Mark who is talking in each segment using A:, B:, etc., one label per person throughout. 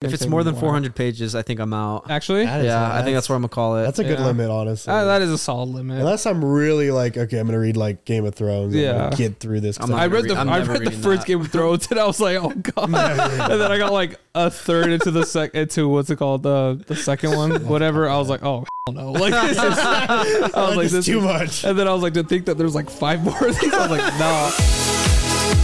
A: If
B: think
A: it's
B: they
A: more than
B: were.
A: 400 pages, I think I'm out.
B: Actually,
C: That is-
A: Yeah, I think that's what I'm gonna call it.
C: That's a good
B: Yeah.
C: limit, honestly.
B: Uh, that is a solid limit.
C: Unless I'm really like, okay, I'm gonna read like Game of Thrones. I'm gonna
B: Yeah.
C: get through this. 'cause
A: I'm
B: I
A: not
C: I'm-
B: read the
A: I'm
B: I
A: never
B: read the
A: reading
B: first
A: that.
B: Game of Thrones and I was like, oh god. and then I got like a third into the sec into what's it called the the second one, whatever. I was like, oh hell no, like this is. I was like,
C: It's
B: this
C: too
B: is-
C: much.
B: And then I was like, to think that there's like five more of these. I was like, no.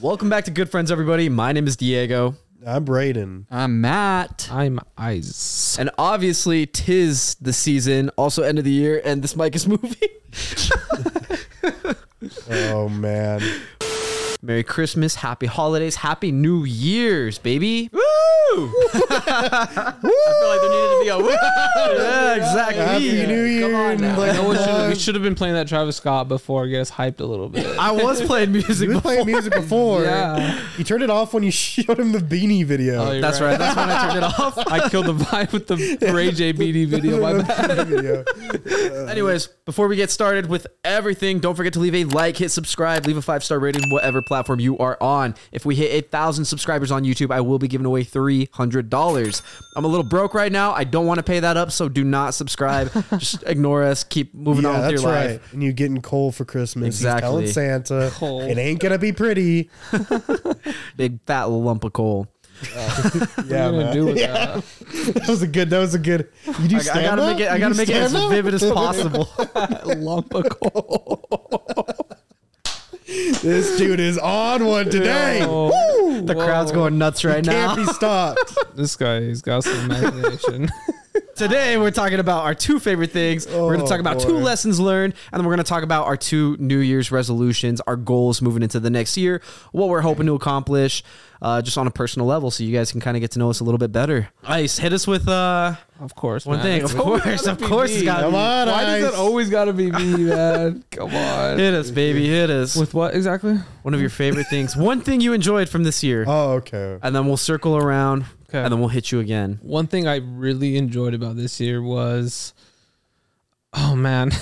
A: Welcome back to Good Friends, everybody. My name is Diego,
C: I'm Braden.
D: I'm Matt.
B: I'm Ice.
A: and obviously, tis the season, also end of the year, and this mic is moving.
C: Oh man,
A: Merry Christmas, Happy Holidays, Happy New Year's, baby. Woo! I feel like there needed to be a woo. yeah, exactly.
C: Happy New Year!
A: Come on now.
C: Like,
B: No one should, we
C: uh,
B: should have been playing that Travis Scott before, get us hyped a little bit.
A: I was playing music.
C: you were playing music before.
B: Yeah.
C: You turned it off when you showed him the beanie video.
B: Oh, you're
A: That's right. That's when I turned it off.
B: I killed the vibe with the Ray J BD video. My bad.
C: Beanie video.
A: Anyways, before we get started with everything, don't forget to leave a like, hit subscribe, leave a five star rating, whatever platform you are on. If we hit a thousand subscribers on YouTube, I will be giving away three hundred dollars. I'm a little broke right now. I don't want to pay that up, so do not subscribe. Just ignore us. Keep moving on
C: Yeah,
A: with
C: that's
A: your
C: right.
A: life.
C: And you getting coal for Christmas.
A: Exactly.
C: He's telling Santa
B: Coal.
C: it ain't gonna be pretty.
A: Big fat lump of coal.
C: Yeah,
B: What are you gonna
C: man.
B: do with that?
C: That was a good. That was a good. You do
A: I, I gotta make it. I gotta make it as vivid as possible.
B: lump of coal.
C: This dude is on one today.
B: Oh,
A: the crowd's
B: whoa.
A: going nuts right now.
C: Can't be stopped.
B: This guy, he's got some imagination.
A: Today we're talking about our two favorite things. we're going to
C: Oh,
A: talk about two
C: boy.
A: lessons learned, and then we're going to talk about our two New Year's resolutions, our goals moving into the next year, what we're hoping to accomplish, uh, just on a personal level, so you guys can kind of get to know us a little bit better. Ice, hit us with uh,
B: of course,
A: one
B: man.
A: thing.
B: It's
A: Of
B: always
A: course,
B: gotta
A: of
B: be
A: course,
B: me.
A: it's got
C: Come on,
B: Why does
C: Ice.
B: it always gotta be me, man? Come on.
A: Hit us, baby, hit us.
B: With what exactly?
A: One of your favorite things, one thing you enjoyed from this year,
C: Oh, okay.
A: and then we'll circle around,
B: Okay.
A: and then we'll hit you again.
B: One thing I really enjoyed about this year was, oh man,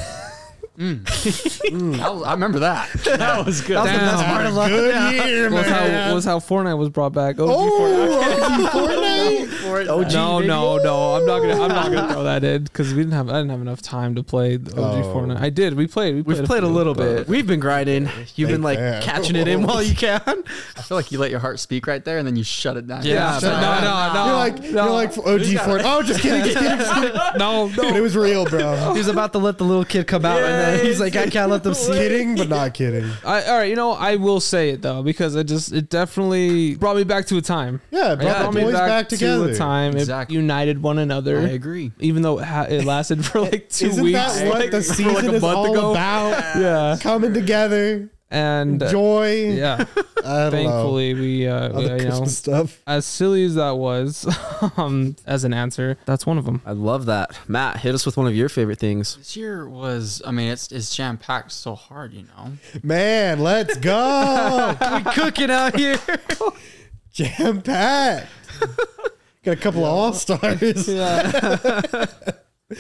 D: That was- I remember that.
A: That was good. That was the
B: Damn.
A: best part of last
C: Good year,
B: was how
C: man.
B: was how Fortnite was brought back. Oh,
C: Oh, Fortnite.
A: OG,
B: no,
A: baby.
B: no, no! I'm not gonna, I'm not gonna throw that in because we didn't have, I didn't have enough time to play the OG
C: Oh.
B: Fortnite. I did. We played. We played,
A: We've played a
B: few,
A: little
B: but-
A: bit. We've been grinding. You've been like
C: Yeah.
A: catching it in while you can.
D: I feel like you let your heart speak right there, and then you shut it down.
B: Yeah,
C: Shut
B: but no,
C: up.
B: no, no.
C: You're like you're like OG Fortnite. Oh, just kidding, just kidding. just kidding.
B: no,
C: But it was real, bro.
A: He's about to let the little kid come out, and then he's like, "I can't let them see." it.
C: kidding, but not kidding.
B: I, all right, you know, I will say it though because it just it definitely brought me back to a time.
C: Yeah, it brought
B: It
C: the boys back, together.
B: to a time.
D: Exactly.
B: It united one
D: I
B: another.
D: agree.
B: Even though it, ha- it lasted for like 2
C: Isn't
B: weeks.
C: that what
B: like,
C: the
B: for
C: season
B: like a
C: is
B: month
C: all
B: ago.
C: about?
B: Yeah,
C: Coming together,
B: and uh,
C: joy.
B: yeah.
C: I don't
B: Thankfully, we uh,
C: know. All
B: we,
C: the
B: you know,
C: Christmas stuff.
B: as silly as that was, um, as an answer, that's one of them.
A: I love that, Matt. Hit us with one of your favorite things.
D: This year was, I mean, it's it's jam packed so hard, you know.
C: Man, let's go.
A: We cooking out here.
C: Jam packed. Got a couple of all stars.
B: Yeah,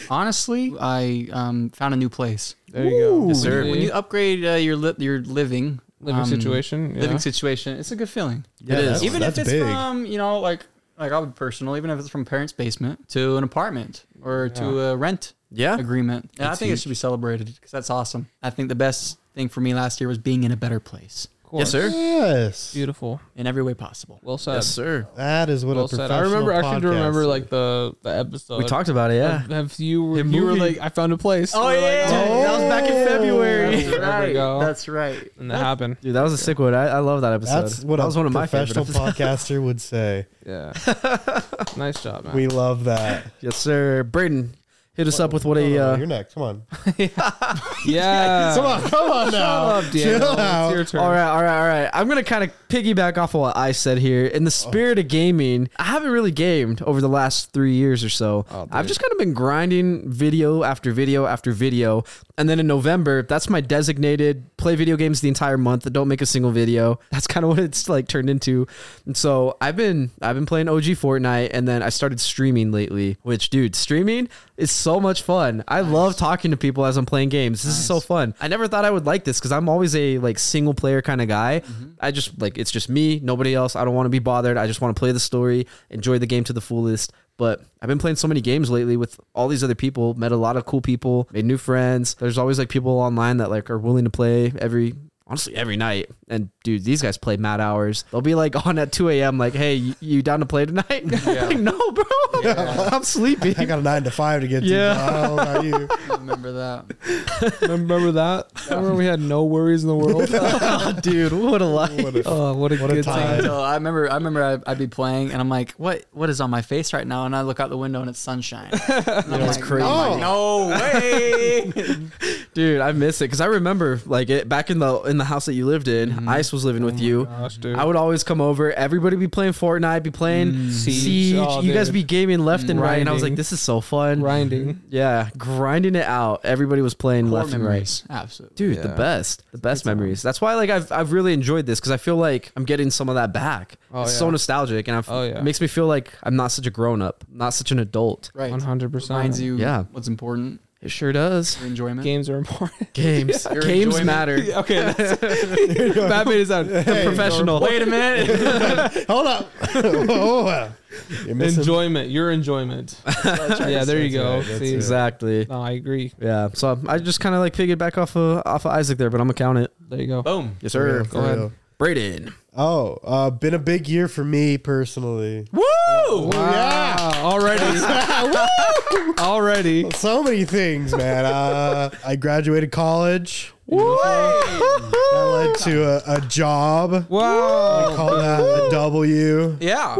D: Honestly, I um, found a new place.
B: there you go.
A: Yes, sir.
D: When you upgrade uh, your li- your living
B: living
D: um,
B: situation, yeah.
D: living situation, it's a good feeling.
A: It is.
C: that's-
D: even
C: that's
D: if it's
C: big.
D: from you know like like I would personal, even if it's from parents' basement to an apartment or to a rent
A: Yeah.
D: agreement. And I
A: It's
D: think it
A: huge.
D: should be celebrated because that's awesome. I think the best thing for me last year was being in a better place
B: Of
A: Yes,
B: course.
A: sir.
C: Yes.
B: Beautiful.
D: in every way possible.
B: Well said.
A: Yes, sir.
C: That is what
B: well
C: a
B: said.
C: professional
B: I remember. I actually do
C: podcast
B: remember
C: is.
B: like the the episode.
A: We talked about it. Yeah.
B: Have, have you?
A: Him
B: you were
A: moving.
B: like, I found a place.
D: Oh,
B: We were like,
D: yeah.
B: oh,
A: that was back in February.
B: That's right. That's
D: right.
B: and that happened.
A: Dude, that was a sick one. I, I love that episode.
C: That's what
A: that
C: a
A: was one of my favorite.
C: professional
A: episodes.
C: podcaster would say.
B: Yeah. nice job, man.
C: We love that.
A: yes, sir. Braden, hit us up with what
C: No, no,
A: a.
C: no,
A: Uh,
C: you're next. Come on.
B: yeah.
C: Come on. Come on now.
B: Shut up, Diego.
C: Chill
B: It's
C: out.
B: your turn.
A: all right, all right, all right. I'm gonna kind of piggyback off of what I said here. In
C: Oh.
A: the spirit of gaming, I haven't really gamed over the last three years or so.
B: Oh, dude.
A: I've just kind of been grinding video after video after video, and then in November, that's my designated play video games the entire month. That don't make a single video. That's kind of what it's like turned into. And so I've been I've been playing OG Fortnite, and then I started streaming lately. Which, dude, streaming is so so much fun. I love talking to people as I'm playing games. This is so fun. I never thought I would like this because I'm always a like single player kind of guy.
B: Mm-hmm.
A: I just like it's just me, nobody else. I don't want to be bothered. I just want to play the story, enjoy the game to the fullest. But I've been playing so many games lately with all these other people. Met a lot of cool people, made new friends. There's always like people online that like are willing to play every honestly every night. And dude, these guys play mad hours. They'll be like on at 2 a.m. Like, hey, you, you down to play tonight?
D: Yeah.
A: like, no, bro, I'm sleepy.
C: I got a nine to five to get
B: Yeah.
C: to. I don't know about you.
D: I remember that.
B: Remember that? Remember we had no worries in the world?
A: Oh, dude, what a life.
C: What a-
B: Oh, what a
C: What a
B: good
C: time.
B: time.
D: So I remember, I remember, I'd, I'd be playing, and I'm like, "What? What is on my face right now?" And I look out the window, and it's sunshine. And I'm
A: That's
D: like,
A: crazy.
D: I'm like, no way!
A: Dude, I miss it because I remember like it back in the in the house that you lived in.
B: Mm-hmm.
A: Ice was
B: Oh
A: living with you.
B: Gosh, dude.
A: I would always come over. Everybody be playing Fortnite, be playing
D: Mm.
A: Siege.
B: Siege. Mm. Oh,
A: you guys
B: dude.
A: be gaming left and right, and I was like,
B: Grinding.
A: "This is so fun."
B: grinding.
A: Yeah, grinding it out. Everybody was playing
D: Core
A: left and right.
D: memories, absolutely.
A: Dude, the
B: Yeah.
A: best, the best memories. That's why, like, I've I've really enjoyed this because I feel like I'm getting some of that back.
B: Oh,
A: it's so
B: yeah.
A: nostalgic, and I've,
B: Oh, yeah.
A: it makes me feel like I'm not such a grown up, not such an adult.
D: Right,
B: One hundred percent.
D: reminds you,
A: Yeah.
D: what's important,
A: It sure does.
D: your enjoyment.
B: Games are important.
A: Games,
D: Your
A: games
D: enjoyment.
A: matter.
B: okay, that's, that made it sound
A: Professional.
D: Wait a minute.
C: Hold up. oh, wow. You're missing-
B: enjoyment. Your enjoyment. yeah, there you go.
C: That's right, that's
B: See,
A: Exactly.
B: no, I agree.
A: Yeah. So I just kind of like piggyback off of off of Isaac there, but I'm gonna count it.
B: There you go.
D: Boom.
A: Yes,
C: For
A: sir.
C: real, for
B: ahead.
C: real.
A: Braden.
C: Oh, uh, been a big year for me personally.
B: Woo!
C: Yeah.
B: Already. Already.
C: So many things, man. Uh, I graduated college. That led to a, a job.
B: Wow.
C: Call that a W.
B: Yeah.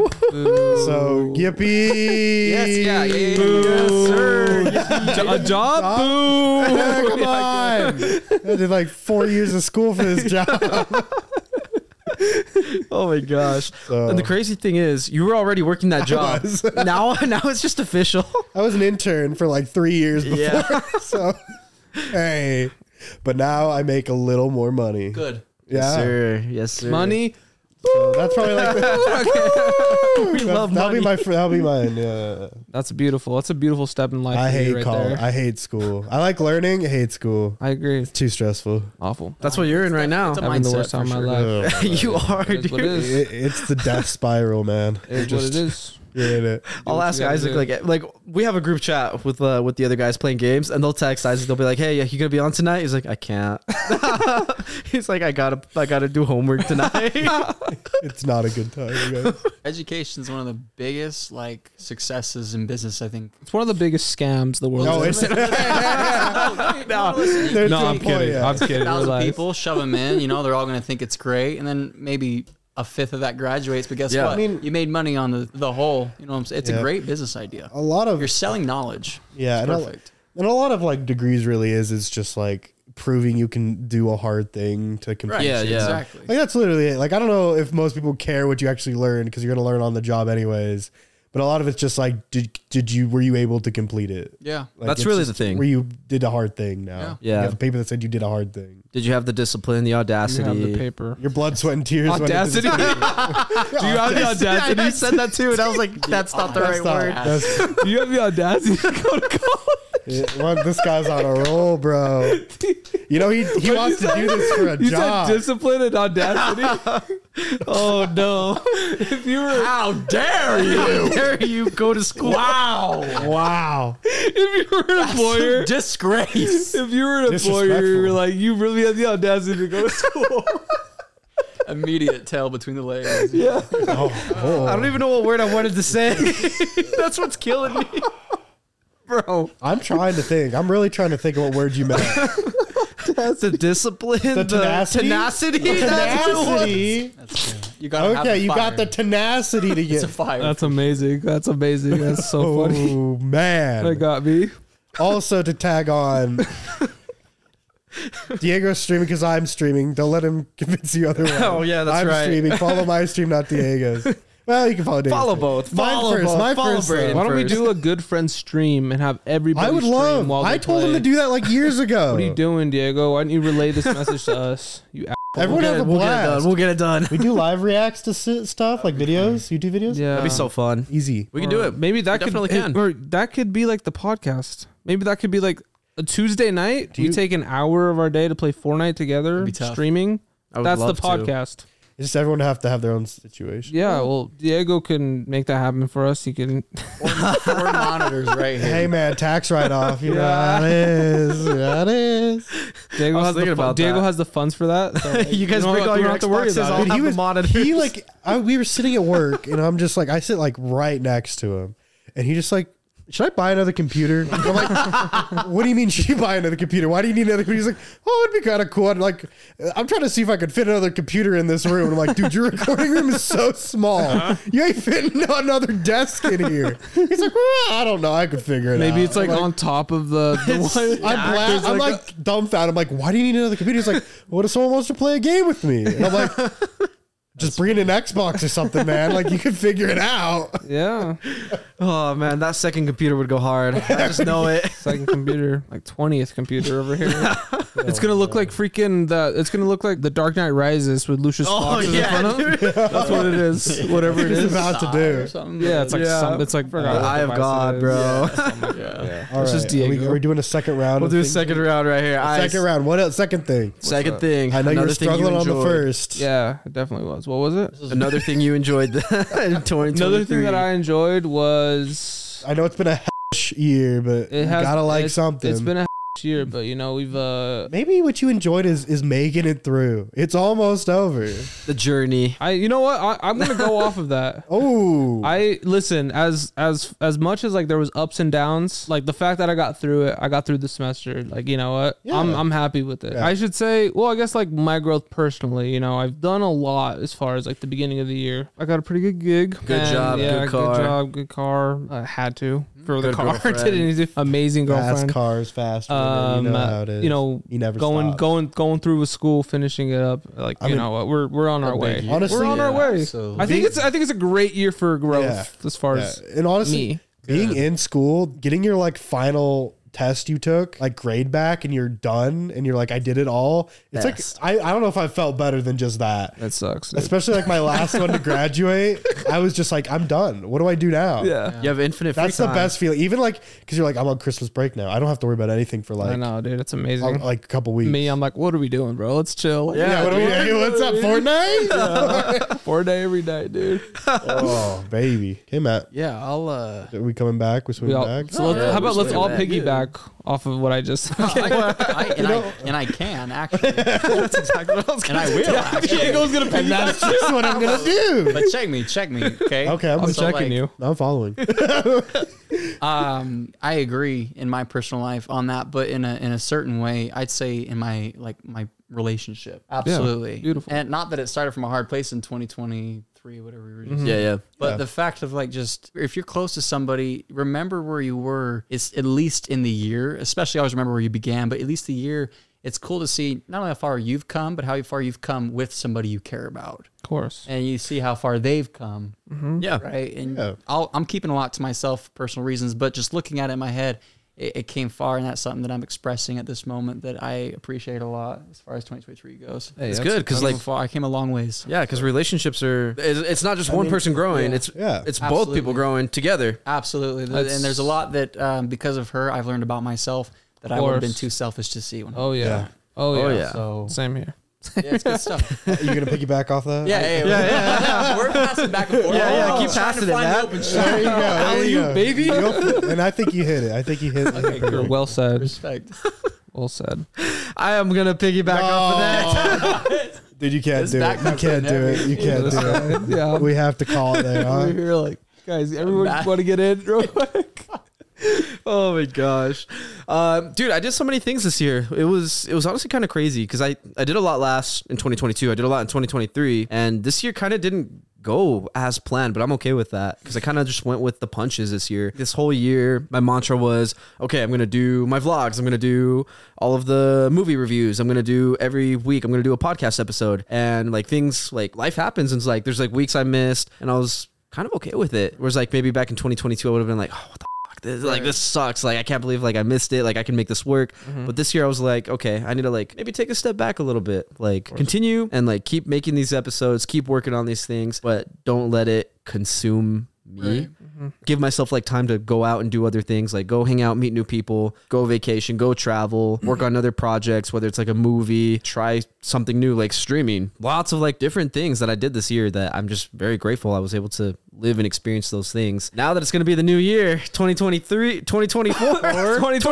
C: So yippee!
D: Yes, yeah, yeah, yeah,
C: Boo.
D: yes, sir.
B: Jo- a job. Boom.
C: Yeah, come on! I did like four years of school for this job.
A: Oh my gosh.
C: So-
A: And the crazy thing is, you were already working that job.
C: was.
A: now, now it's just official.
C: I was an intern for like three years before.
A: Yeah.
C: So hey, but now I make a little more money.
D: Good.
A: Yes,
C: Yeah,
A: sir. Yes, sir.
B: Money.
C: so that's probably like the,
A: We love
C: that'll be
A: money.
C: my fr- that'll be mine. Yeah.
B: That's beautiful. That's a beautiful step in life.
C: I
B: for you
C: hate
B: right
C: college.
B: there.
C: I hate school. I like learning. I hate school.
B: I agree. It's
C: Too stressful.
B: awful.
A: That's what you're in right now.
D: It's a
B: Having the
D: mindset
B: worst time of
D: for
B: my
D: sure.
B: life.
C: Ugh.
A: you are,
B: It is what it
A: dude.
B: is.
C: It- it's the death spiral, man.
B: It is what it is.
C: You're in it.
A: I'll
B: what
A: ask
B: you gotta
A: Isaac
B: do.
A: like like we have a group chat with uh, with the other guys playing games, and they'll text Isaac. They'll be like, "Hey, yeah, you gonna be on tonight?" He's like, "I can't." He's like, "I gotta I gotta do homework tonight."
C: It's not a good time. you guys.
D: Education is one of the biggest like successes in business. I think.
B: It's one of the biggest scams the world.
C: No,
B: has
C: it's
D: no,
C: there's
B: no,
C: to
B: I'm
C: the point,
B: kidding.
C: yeah.
B: I'm kidding.
D: thousand
B: Relax.
D: people shove them in. You know, they're all going to think it's great, and then maybe a fifth of that graduates. But guess
A: Yeah.
D: what?
A: I
C: mean-
D: you made money on the, the whole. You know, what I'm saying? it's
C: Yeah.
D: a great business idea.
C: a lot of
D: You're selling knowledge.
C: yeah,
D: It's
C: and a,
D: perfect.
C: and a lot of like degrees really is is just like proving you can do a hard thing to compete.
D: Right.
A: Yeah, yeah.
D: Exactly.
C: Like that's literally it. Like I don't know if most people care what you actually learn because you're gonna learn on the job anyways. But a lot of it's just like did did you were you able to complete it?
D: yeah.
C: Like,
A: That's
C: it's
A: really
C: just
A: the thing.
C: Where you did a hard thing now.
A: Yeah.
C: You
A: Yeah.
C: have a paper that said you did a hard thing.
A: Did you have the discipline, the
B: You
A: audacity?
B: have the paper.
C: Your blood, sweat, and tears. went into this-
B: Audacity. Do you have the audacity?
A: I said that too, and I was like, "That's not the
C: That's
A: right
C: not-
A: word."
C: that's-
B: Do you have the audacity to go to college?
C: it- well, this guy's on a roll, bro. You know he, he wants to do this for a
B: You
C: job.
B: said discipline and audacity. oh no! If you were
D: How dare
A: How dare you go to school?
D: Wow.
C: wow.
B: if you were an employer,
D: Disgrace.
B: if you were an employer, you were
C: Disrespectful.
B: like, you really had the audacity to go to school.
D: Immediate tail between the legs.
B: yeah.
C: Oh, oh.
A: I don't even know what word I wanted to say. That's what's killing me, bro.
C: I'm trying to think. I'm really trying to think of what word you meant.
A: The discipline, the
C: tenacity?
A: tenacity, that's the one.
C: tenacity.
D: You got.
C: Okay, you got the tenacity to
D: It's
C: get.
D: a fire.
B: That's amazing. That's amazing. That's so funny.
C: Oh
B: That
C: man!
B: got me.
C: Also to tag on, Diego's streaming because I'm streaming. Don't let him convince you otherwise.
A: Oh, yeah, that's
C: I'm
A: right.
C: streaming. Follow my stream, not Diego's. Well, you can follow Diego's.
A: Follow
C: stream.
A: both.
C: Mine
A: Follow
C: first.
A: both.
C: My
A: Follow
C: first. uh,
A: Brandon.
C: though.
B: Why don't we
A: first.
B: do a good friend stream and have everybody?
C: I would
B: stream
C: love.
B: While they
C: I told him to
B: play?
C: do that like years ago.
B: What are you doing, Diego? Why don't you relay this message to us? You a-
C: Everyone
A: We'll
C: have
A: get, it,
C: a
A: we'll get it
C: blast.
A: done. We'll get it done.
C: we do live reacts to si- stuff like videos, YouTube videos.
B: yeah.
A: That'd be so fun.
C: easy.
A: We can do
B: Or
A: it.
B: Maybe that
A: We
B: could
A: definitely
B: it-
A: can.
B: or that could be like the podcast. Maybe that could be like a Tuesday night. we
C: you-
B: take an hour of our day to play Fortnite together,
D: be tough.
B: streaming.
A: I would
B: That's the
A: love to.
B: podcast.
C: It's just everyone have to have their own situation.
B: Yeah, well, Diego can make that happen for us. He can.
D: Four monitors right here.
C: Hey man, tax write off. You know how it is. You know how it is.
B: Diego
A: was
B: has the
A: thinking
B: fun-
A: about
B: Diego
A: that.
B: has the funds for that. so, like,
A: You guys
B: don't-
A: bring all
B: you
A: your
B: don't have to worry
A: Xboxes,
B: about
A: I'll
B: it.
C: Dude, he
A: have the
C: was
A: monitors.
C: he like I, we were sitting at work and I'm just like I sit like right next to him and he just like should I buy another computer? I'm like, what do you mean should you buy another computer? Why do you need another computer? He's like, oh, it'd be kind of cool. I'm like, I'm trying to see if I could fit another computer in this room. And I'm like, dude, your recording room is so small. You ain't fitting another desk in here. He's like, well, I don't know. I could figure it out.
B: Maybe it's like
C: I'm
B: on top of the, the one.
C: I'm, bla- I'm like, dumbfounded. I'm like, why do you need another computer? He's like, what if someone wants to play a game with me? And I'm like, just bring in an Xbox or something, man. Like you can figure it out.
B: Yeah,
A: Oh man, that second computer would go hard. I just know it.
B: second computer, like twentieth computer over here. it's gonna look like freaking the. It's gonna look like the Dark Knight Rises with Lucius Fox in front of him.
A: Oh, dude.
B: That's what it is. Whatever it
C: He's
B: is.
C: about to
D: Or
C: do.
D: something.
B: Yeah, it's like
A: Yeah.
B: some, it's like
A: The Eye of God, bro.
D: yeah.
C: All right,
B: just
C: are we,
B: Diego.
C: are we doing a second round?
A: We'll
C: of
A: do a
C: things?
A: second round right here. Ice.
C: Second round. What else? Second thing.
A: Second thing.
C: I know you were
A: Another thing
C: struggling on the
A: enjoyed.
C: first.
B: Yeah, it definitely was. What was it?
A: Another thing you enjoyed in 2023.
B: Another thing that I enjoyed was
C: I know it's been a hellish year, but
B: it has
C: you gotta like
B: it's-
C: something.
B: It's been a year, but you know we've uh
C: Maybe what you enjoyed is is making it through. It's almost over.
A: the journey.
B: I you know what I, I'm gonna go off of that.
C: Oh,
B: I listen as as as much as like there was ups and downs. Like the fact that I got through it, I got through the semester. Like you know what, I'm
C: Yeah.
B: I'm happy with it.
C: Yeah.
B: I should say, well, I guess like my growth personally. You know, I've done a lot as far as like the beginning of the year. I got a pretty good gig.
A: Good job, good car.
B: Good job. Good car. I had to for the
A: Good
B: car.
A: girlfriend.
B: Didn't need to- Amazing
C: fast
B: girlfriend.
C: cars, fast.
B: Um,
C: you know how it is.
B: you know,
C: you never
B: going
C: stop.
B: going going through with school, finishing it up. Like
C: I
B: you
C: mean,
B: know what, we're we're on our way.
C: year. Honestly,
B: we're on our
D: yeah,
B: way.
D: absolutely.
B: I think it's I think it's a great year for growth
C: Yeah.
B: as far
C: Yeah,
B: as
C: and honestly,
B: me.
C: being in school, getting your like final test you took, like grade back, and you're done, and you're like, I did it all. It's
A: Best.
C: like I, I don't know if I felt better than just that.
B: That sucks. dude.
C: Especially like my last one to graduate, I was just like, I'm done. What do I do now?
B: Yeah.
A: You have infinite free
C: That's the
A: time.
C: best feeling. Even like, because you're like, I'm on Christmas break now. I don't have to worry about anything for
B: I
C: like
B: know, dude. It's
C: a-
B: amazing.
C: like a couple weeks.
B: Me, uh, I'm like, what are we doing, bro? Let's chill.
A: Yeah.
C: yeah, what do we, hey, what's up, Fortnite?
B: Four day every day, dude.
C: oh, baby. Hey, Matt,
D: Yeah, I'll. Uh,
C: are we coming back? We
B: We
C: swinging
B: all,
C: back?
B: so let's,
A: Yeah,
B: how about
A: we
B: let's
A: should
B: all
A: do that.
B: piggyback off of what I just said.
D: I, I, and, I, and I can actually. That's exactly what I was And I will. Actually.
B: Diego's gonna piggyback.
C: That's what I'm gonna do.
D: But check me, check me. Okay.
C: Okay, I'm,
B: I'm
C: so-
B: checking
D: like-
B: you.
C: I'm following.
D: um, I agree in my personal life on that, but in a in a certain way, I'd say in my like my relationship, absolutely
B: beautiful.
D: And not that it started from a hard place in 2023, whatever. We were
B: Mm-hmm.
D: just
A: Yeah, yeah.
D: But the fact of like just if you're close to somebody, remember where you were. It's at least in the year, especially always remember where you began, but at least the year. It's cool to see not only how far you've come, but how far you've come with somebody you care about,
B: Of course.
D: and you see how far they've come
B: Mm-hmm.
A: Yeah.
D: right? And
C: Yeah.
D: I'll, I'm keeping a lot to myself, for personal reasons, but just looking at it in my head, it, it came far, and that's something that I'm expressing at this moment that I appreciate a lot as far as 2023 goes.
B: Hey,
A: It's
B: that's-
A: good because
D: I've
A: like
D: come far- I came a long ways.
A: yeah, because relationships are. It's, it's not just one person growing. It's
C: yeah.
A: It's both
D: Absolutely.
A: people growing together.
D: Absolutely, Th-
B: That's-
D: and there's a lot that um, because of her, I've learned about myself that I would have been
B: course.
D: too selfish to see. When
B: Oh yeah.
C: Yeah.
B: Oh yeah.
A: Oh, yeah.
D: So
B: Same here.
D: yeah, it's good stuff.
C: you gonna piggyback off that?
D: yeah, yeah, yeah. We're passing back and forth.
A: Yeah, yeah,
D: Oh,
A: keep
D: I'm trying to
A: passing it,
D: find
A: Matt.
D: the open shot.
C: There you go. There you, go.
B: baby?
C: You'll- and I think you hit it. I think you hit it.
B: You're well said.
D: Respect.
B: Well said.
A: I am gonna piggyback off of that.
C: Dude, you can't
D: This
C: do it. You
D: backup's
C: can't do it. You can't do
B: yeah.
C: it. We have to call it there.
B: We're
C: Huh?
B: here like guys, everyone
D: back.
B: want to get in real quick.
A: Oh my gosh, um, dude! I did so many things this year. It was it was honestly kind of crazy because I I did a lot last in 2022. I did a lot in 2023, and this year kind of didn't go as planned. But I'm okay with that because I kind of just went with the punches this year. This whole year, my mantra was okay. I'm gonna do my vlogs. I'm gonna do all of the movie reviews. I'm gonna do every week. I'm gonna do a podcast episode, and like things like life happens. And it's like there's like weeks I missed, and I was kind of okay with it. Whereas like maybe back in 2022, I would have been like, oh, what the fuck, this, like this sucks. Like I can't believe like I missed it. Like I can make this work. But this year I was like, okay, I need to like maybe take a step back a little bit. Like continue and like keep making these episodes, keep working on these things, but don't let it consume me.
D: Right.
A: give myself like time to go out and do other things, like go hang out, meet new people, go vacation, go travel,
C: Mm-hmm.
A: work on other projects, whether it's like a movie, try something new like streaming. Lots of like different things that I did this year that I'm just very grateful I was able to live and experience those things. Now that it's going to be the new year, 2023, 2024,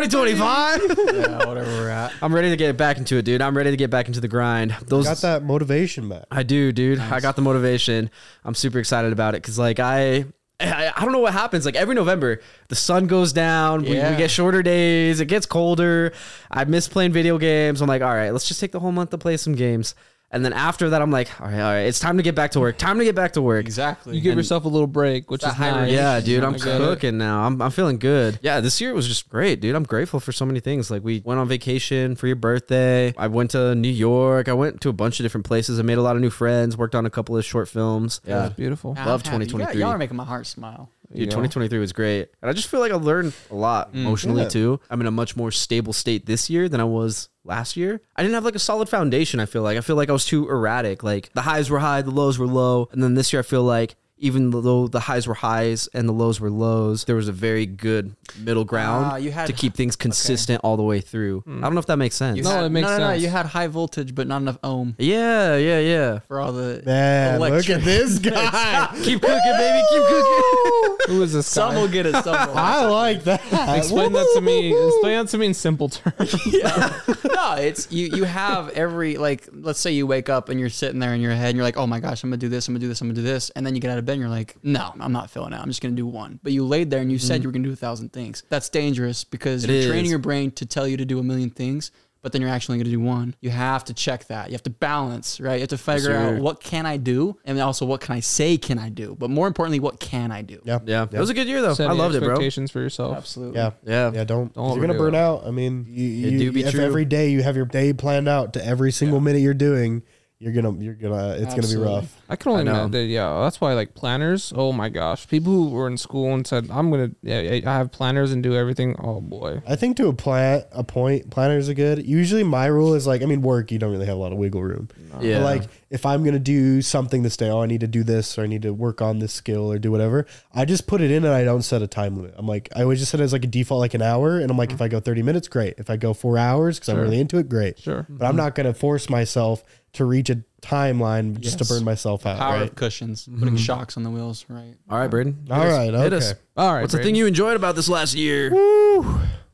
A: 2025.
D: yeah, whatever we're at.
A: I'm ready to get back into it, dude. I'm ready to get back into the grind. Those
C: Got that motivation back.
A: I do, dude. I got the motivation. I'm super excited about it because, like, I, I I don't know what happens. Like every November, the sun goes down. We,
D: Yeah.
A: we get shorter days. It gets colder. I miss playing video games. I'm like, all right, let's just take the whole month to play some games. And then after that, I'm like, all right, all right, it's time to get back to work. Time to get back to work.
D: Exactly.
B: You give
D: And-
B: yourself a little break, which is
D: high
B: nice.
A: Yeah, dude,
B: I
A: I'm
B: get it.
A: cooking now. I'm, I'm feeling good. Yeah, this year was just great, dude. I'm grateful for so many things. Like we went on vacation for your birthday. I went to New York. I went to a bunch of different places. I made a lot of new friends. Worked on a couple of short films.
B: That was beautiful.
D: I'm
A: Love
D: happy. You got-
A: 2023.
D: Y'all are making my heart smile.
B: you
A: Dude,
B: go.
A: 2023 was great. And I just feel like I learned a lot
D: Mm.
A: emotionally
C: Yeah.
A: too. I'm in a much more stable state this year than I was last year. I didn't have like a solid foundation, I feel like. I feel like I was too erratic. Like the highs were high, the lows were low. And then this year I feel like even though the highs were highs and the lows were lows, there was a very good middle ground
D: Ah, you had- Hmm.
A: to keep things consistent all the way through. I don't know if that makes sense.
D: You
B: No,
D: had-
B: it makes
D: no, No, no,
B: sense.
D: you had high voltage, but not enough ohm
A: Yeah, yeah, yeah.
D: for all the
C: Man, look
D: electric-
C: at this guy.
A: Keep cooking, baby. Keep cooking.
B: Who is this
D: Some
B: guy?
D: will get it. Some will.
C: I like that.
B: Explain that to me. Explain that to me in simple terms.
D: no, it's you. You have every like. Let's say you wake up and you're sitting there in your head and you're like, "Oh my gosh, I'm gonna do this. I'm gonna do this. I'm gonna do this." And then you get out of bed and you're like, "No, I'm not feeling out. I'm just gonna do one." But you laid there and you
C: Mm-hmm.
D: said you were gonna do a thousand things. That's dangerous because
A: It
D: you're
A: is.
D: training your brain to tell you to do a million things. But then you're actually going to do one. You have to check that. You have to balance, right? You have to figure
A: sir.
D: out what can I do, and then also what can I say can I do. But more importantly, what can I do?
C: Yeah.
A: Yeah, it was a good year though.
B: Setting
A: I loved it, bro.
B: Expectations for yourself.
D: Absolutely.
C: Yeah.
A: Yeah.
C: Yeah, don't. 'cause you're
B: overdo
C: gonna burn
B: it.
C: out. I mean, you, you,
A: do be
C: if
A: true.
C: every day you have your day planned out to every single minute you're doing, you're gonna, you're gonna, it's
D: Absolutely.
C: gonna be rough.
B: I can only
A: I know.
B: imagine. That, yeah, that's why like planners. Oh my gosh, people who were in school and said, "I'm gonna, yeah, yeah, I have planners and do everything." Oh boy,
C: I think to a plan, a point, planners are good. Usually, my rule is like, I mean, work you don't really have a lot of wiggle room.
A: Yeah.
C: But like, if I'm gonna do something this day, oh, I need to do this, or I need to work on this skill, or do whatever, I just put it in and I don't set a time limit. I'm like, I always just set it as like a default, like an hour, and I'm like, if I go 30 minutes, great. If I go four hours because I'm really into it, great.
B: Sure.
C: But I'm not gonna force myself to reach a timeline just to burn myself out.
D: Power
C: right?
D: of cushions, putting shocks on the wheels, right?
A: All right, Braden.
C: All right,
A: Hit
C: okay.
A: us.
B: All right,
A: What's the thing you enjoyed about this last year?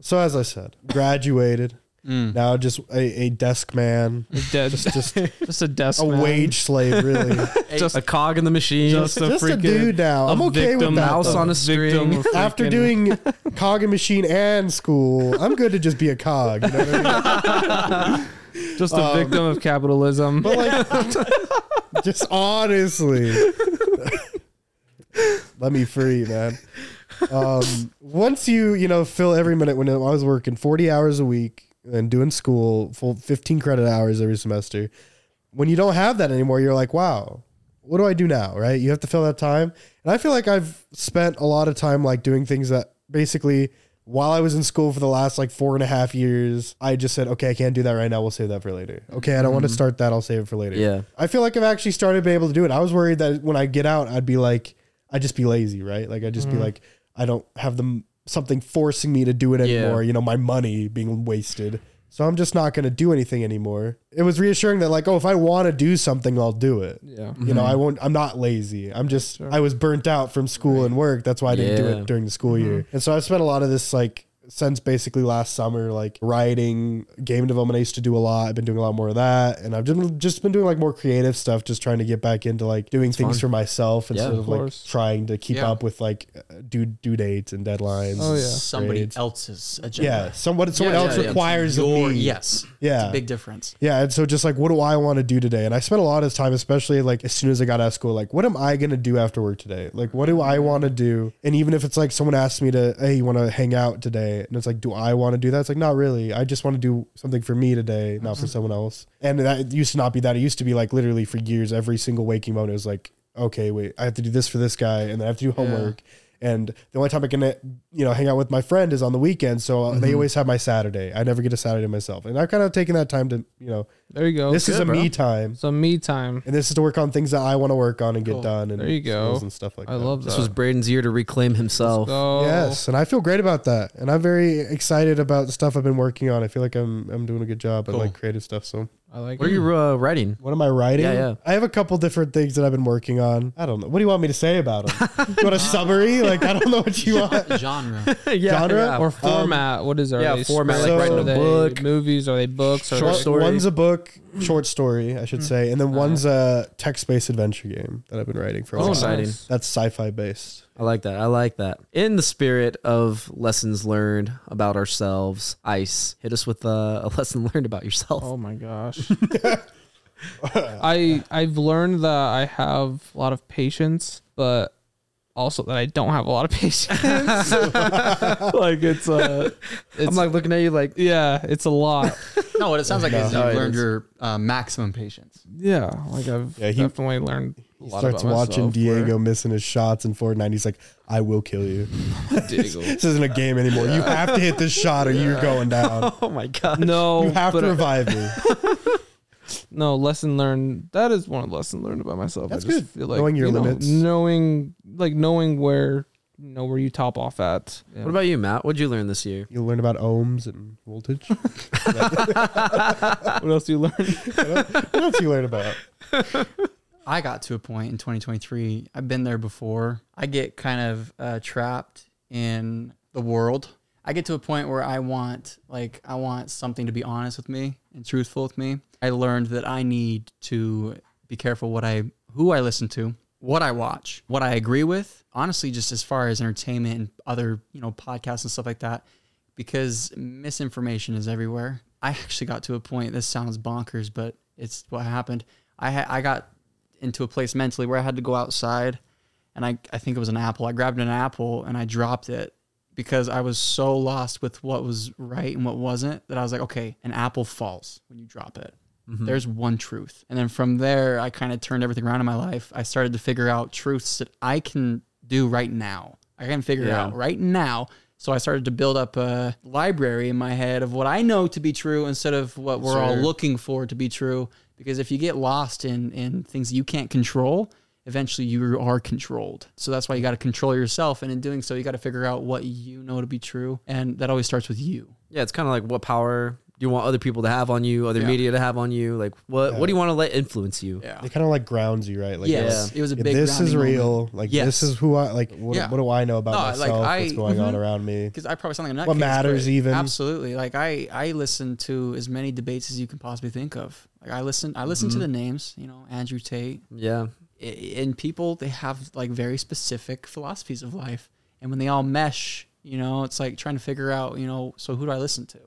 C: So as I said, graduated. Now just a, a desk man,
B: you dead? Just, just a desk.
C: a
B: man.
C: wage slave, really.
A: a cog in the machine.
B: Just a
C: Just a
B: freaking
C: dude now.
B: a
C: I'm okay with
B: victim
C: that,
B: of-
A: though.
B: victim
A: Victim
B: of
C: After
B: freaking-
C: doing cog and machine and school, I'm good to just be a cog. You know what I mean?
B: just a victim of capitalism.
C: But like, just honestly, let me free, man. Um, once you you know fill every minute when I was working forty hours a week and doing school full fifteen credit hours every semester, when you don't have that anymore, you're like, wow, what do I do now? Right? You have to fill that time, and I feel like I've spent a lot of time like doing things that basically. While I was in school for the last like four and a half years, I just said, okay, I can't do that right now. We'll save that for later. Okay, I don't want to start that. I'll save it for later.
A: Yeah.
C: I feel like I've actually started being able to do it. I was worried that when I get out, I'd be like, I'd just be lazy, right? Like I'd just
A: Mm-hmm.
C: be like, I don't have them something forcing me to do it
A: Yeah.
C: anymore. You know, my money being wasted. So I'm just not going to do anything anymore. It was reassuring that like, oh, if I want to do something, I'll do it.
B: yeah,
C: You know,
A: Mm-hmm.
C: I won't. I'm not lazy. I'm just. I was burnt out from school and work. That's why I didn't do
A: Yeah. Mm-hmm.
C: it during the school year. And so I spent a lot of this like since basically last summer, like writing, game development. I used to do a lot. I've been doing a lot more of that, and I've just just been doing like more creative stuff, just trying to get back into like doing things for myself instead
A: of
C: of, like
B: course.
C: trying to keep
D: Yeah.
C: up with like uh, due due dates and deadlines.
B: Oh, yeah.
D: Somebody
C: Grades.
D: else's agenda.
C: Yeah, someone someone
A: Yeah,
C: else
A: yeah, yeah.
C: requires of
D: Your-
C: me.
D: Yes. It's
C: Yeah.
D: a big difference.
C: Yeah, and so just like, what do I want to do today? And I spent a lot of time, especially like as soon as I got out of school, like, what am I gonna do after work today? Like, what do I want to do? And even if it's like someone asks me to, hey, you want to hang out today? And it's like, do I want to do that? It's like, not really. I just want to do something for me today, not for someone else. And that it used to not be that. It used to be like literally for years, every single waking moment it was like, okay, wait, I have to do this for this guy, and then I have to do homework. And the only time I can, uh, you know, hang out with my friend is on the weekend. So uh, they
B: Mm-hmm.
C: always have my Saturday. I never get a Saturday myself. And I've kind of taken that time to, you know,
B: There you go.
C: this is a me time.
B: so me time.
C: And this is to work on things that I want to work on and get done. And
B: There you go.
C: skills And stuff like
B: I
C: that.
B: love that.
A: This was Braden's year to reclaim himself.
B: so
C: Yes, and I feel great about that, and I'm very excited about the stuff I've been working on. I feel like I'm I'm doing a good job at
D: Cool.
C: like creative stuff. So,
B: I like
A: What are
B: it.
A: you uh, writing?
C: what am I writing?
A: Yeah, yeah.
C: I have a couple different things that I've been working on. I don't know. What do you want me to say about them? you want a summary? Like I don't know what you want.
D: genre.
A: yeah,
C: Genre
A: yeah.
B: or format. what is it? Are
A: yeah,
B: they
A: format,
C: Um, like
B: scripts?
C: writing
B: Are
C: a
B: they
A: book.
B: Movies? Are they books? Are
A: Short
B: they-
C: Well,
A: story.
C: One's a book, short story, I should say, and then one's a text-based adventure game that I've been writing for a
A: Oh,
C: while.
A: nice. exciting.
C: That's sci-fi based.
A: I like that. I like that. In the spirit of lessons learned about ourselves, Ice, hit us with uh, a lesson learned about yourself.
B: Oh my gosh. I I've learned that I have a lot of patience, but also that I don't have a lot of patience. like it's uh it's
A: I'm like looking at you like,
B: yeah, it's a lot.
D: No, what it sounds like is you
A: No, it
D: have learned
A: is.
D: your uh, maximum patience.
B: Yeah, like I've
C: Yeah, he-
B: definitely learned a
C: He
B: lot
C: starts
B: about
C: watching
B: myself
C: Diego
B: where-
C: missing his shots in Fortnite. He's like, "I will kill you.
B: Diego.
C: This isn't a game anymore. You have to hit this shot, or you're going down."
A: oh my god.
B: No,
C: You have
B: but
C: to
B: I-
C: revive me.
B: no lesson learned. That is one of the lessons learned about myself.
C: That's
B: I just
C: good.
B: Feel like,
C: Knowing your
B: you know,
C: limits.
B: knowing like knowing where you know where you top off at.
A: What about you, Matt? What'd you learn this year?
C: You learn about ohms and voltage. what
B: what else do you learn?
C: else you learn about?
D: I got to a point in 2023. I've been there before. I get kind of uh, trapped in the world. I get to a point where I want, like, I want something to be honest with me and truthful with me. I learned that I need to be careful what I, who I listen to, what I watch, what I agree with. Honestly, just as far as entertainment and other, you know, podcasts and stuff like that, because misinformation is everywhere. I actually got to a point. This sounds bonkers, but it's what happened. I ha- I got into a place mentally where I had to go outside and I, I think it was an apple. I grabbed an apple and I dropped it because I was so lost with what was right and what wasn't that I was like, okay, an apple falls when you drop it. There's one truth. And then from there, I kind of turned everything around in my life. I started to figure out truths that I can do right now. I can figure
A: Yeah.
D: out right now. So I started to build up a library in my head of what I know to be true instead of what we're all
A: Sure.
D: looking for to be true. Because if you get lost in in things you can't control, eventually you are controlled. So that's why you got to control yourself, and in doing so, you got to figure out what you know to be true, and that always starts with you.
A: Yeah, it's kind of like what power do you want other people to have on you, other
D: Yeah.
A: media to have on you? Like what what do you want to let influence you?
D: Yeah.
C: It kind of like grounds you, right? Like,
D: Yes, it was a
C: if
D: big.
C: this is real. Like,
D: Yes.
C: this is who I like. What,
D: Yeah.
C: what do I know about
D: No, like,
C: myself? What's
D: I-
C: going on
D: mhm.
C: around me?
D: Because I probably sound like a nutcase.
C: What
D: but
C: matters even?
D: Absolutely. Like I, I listen to as many debates as you can possibly think of. Like I listen, I listen
C: Mm-hmm.
D: to the names. You know, Andrew Tate,
A: Yeah.
D: i- and people they have like very specific philosophies of life and when they all mesh you know it's like trying to figure out you know so who do i listen to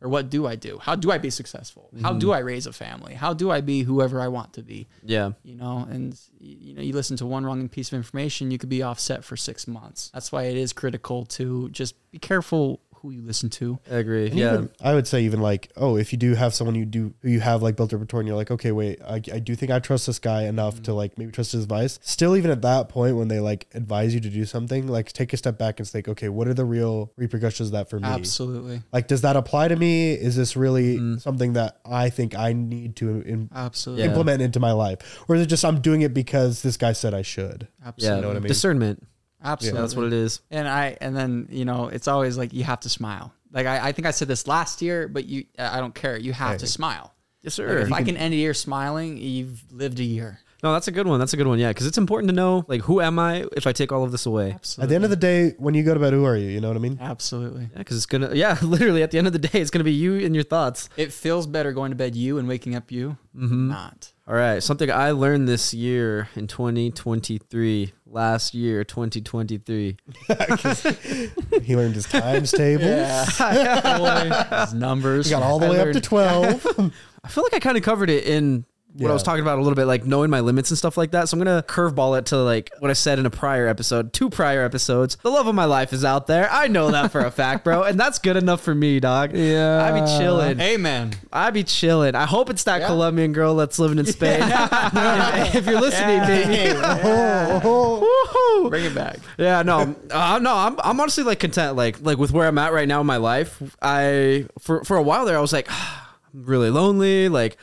D: or what do i do how do i be successful how do i raise a family how do i be whoever i want to be
A: Yeah.
D: you know and y- you know you listen to one wrong piece of information you could be offset for six months that's why it is critical to just be careful who you listen to
A: I agree.
C: And
A: yeah.
C: even- I would say even like, oh, if you do have someone you do who you have like built a rapport, and you're like, okay, wait, I, I do think I trust this guy enough
A: Mm.
C: to like maybe trust his advice. Still, even at that point when they like advise you to do something, like take a step back and think, okay, what are the real repercussions of that for me?
D: absolutely
C: Like, does that apply to me? Is this really something that I think I need to im-
A: Mm.
D: absolutely
A: Yeah.
C: implement into my life, or is it just I'm doing it because this guy said I should?
A: yeah.
D: absolutely
C: what I mean?
A: Discernment.
D: absolutely
A: That's what it is.
D: And I and then you know it's always like you have to smile. Like I, I think I said this last year, but you I don't care. You have to smile.
A: Yes,
D: Like,
A: sir.
D: if I can end a year smiling, you've lived a year.
A: no, that's a good one. That's a good one. Yeah, because it's important to know like who am I if I take all of this away.
C: At
D: Absolutely.
C: the end of the day, when you go to bed, who are you? You know what I mean?
D: Absolutely.
A: Yeah, because it's gonna. Yeah, literally at the end of the day, it's gonna be you and your thoughts.
D: It feels better going to bed you and waking up you.
C: Mm-hmm.
D: Not.
A: All right, something I learned this year in 2023, last year 2023.
C: He learned his times table.
D: Those numbers.
C: He got all the
A: I
C: way up to
A: learned-
C: twelve.
A: I feel like I kind of covered it in what I was
C: Yeah.
A: talking about a little bit, like knowing my limits and stuff like that. So I'm gonna curveball it to like what I said in a prior episode, two prior episodes. The love of my life is out there. I know that for a fact, bro, and that's good enough for me, dog.
B: Yeah.
A: I be chilling.
D: Amen.
A: I be chilling. I hope it's that
D: Yeah.
A: Colombian girl that's living in Spain. if, if you're listening, baby. Woohoo.
D: Bring it back.
A: Yeah, no, uh, no, I'm, I'm honestly like content, like like with where I'm at right now in my life. I for for a while there, I was like, I'm really lonely. Like,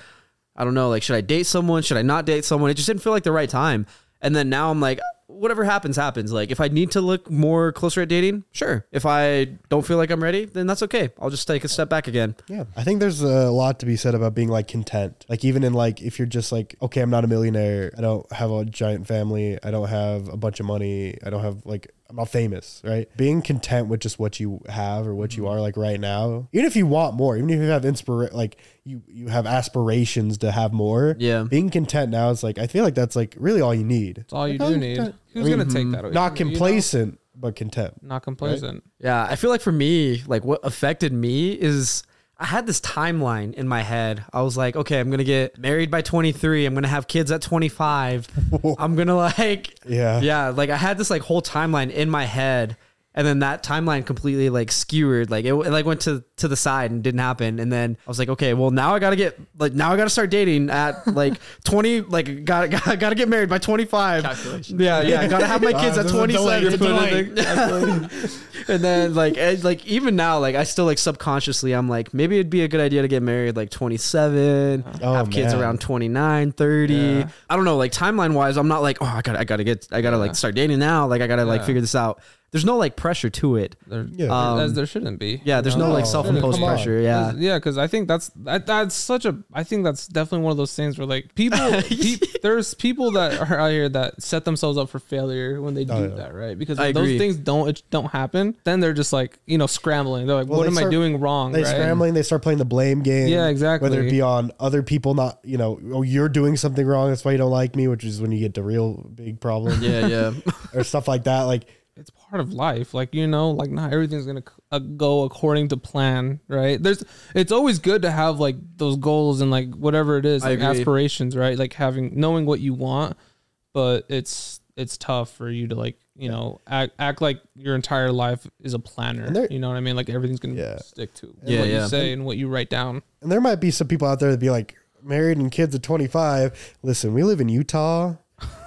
A: I don't know, like should I date someone? Should I not date someone? It just didn't feel like the right time. And then now I'm like, whatever happens, happens. Like, if I need to look more closer at dating, sure. If I don't feel like I'm ready, then that's okay. I'll just take a step back again.
C: Yeah, I think there's a lot to be said about being like content. Like even in like if you're just like, okay, I'm not a millionaire. I don't have a giant family. I don't have a bunch of money. I don't have like I'm not famous, right? Being content with just what you have or what you
B: Mm-hmm.
C: are like right now. Even if you want more, even if you have inspira like you you have aspirations to have more.
A: Yeah.
C: Being content now is like I feel like that's like really all you need. It's
B: all you do need. Who's gonna take that? away
C: Not
B: from you, you know?
C: complacent, but content.
B: Not complacent.
A: Yeah, I feel like for me, like what affected me is I had this timeline in my head. I was like, okay, I'm gonna get married by 23. I'm gonna have kids at 25. I'm gonna like,
C: Yeah.
A: yeah. Like I had this like whole timeline in my head, and then that timeline completely like skewered. Like it, it like went to to the side and didn't happen. And then I was like, okay, well now I gotta get like now I gotta start dating at like 20. Like got got gotta get married by 25.
D: Calculations.
A: Yeah, yeah. Gotta have my kids
C: Uh,
A: at
C: this is a delay.
A: 27
C: You're putting it in-
A: and then like and, like even now like I still like subconsciously I'm like maybe it'd be a good idea to get married like 27
C: Oh,
A: have kids
C: man.
A: around 29 30
B: Yeah.
A: I don't know like timeline wise I'm not like oh I gotta I gotta get I gotta like start dating now like I gotta like
B: Yeah.
A: figure this out there's no like pressure to it
B: There,
C: Yeah.
A: Um,
B: as there shouldn't be.
A: yeah
B: you
A: there's
B: know?
A: no, like
C: No,
A: self-imposed
C: come on.
A: pressure yeah
B: yeah, because I think that's that, that's such a I think that's definitely one of those things where like people pe- there's people that are out here that set themselves up for failure when they do
C: Oh, yeah.
B: that right because
A: I
B: if those
A: agree.
B: things don't it don't happen then they're just like you know scrambling they're like
C: Well,
B: what
C: they
B: am I
C: start-
B: doing wrong
C: They
B: right?
C: scrambling. They start playing the blame game.
B: Yeah, exactly.
C: Whether it be on other people, not you know, oh, you're doing something wrong. That's why you don't like me, which is when you get to real big problems
A: yeah yeah
C: or stuff like that. Like,
B: it's part of life like you know like not everything's gonna c- uh, go according to plan right there's it's always good to have like those goals and like whatever it is
A: I
B: like
A: agree.
B: aspirations right like having knowing what you want but it's it's tough for you to like you know act, act like your entire life is a
C: And
B: planner
C: there-
B: you know what i mean like everything's gonna
C: Yeah.
B: stick to
A: Yeah,
B: what
A: yeah.
B: you say and what you write down
C: and there might be some people out there that be like married and kids at 25. Listen, we live in Utah.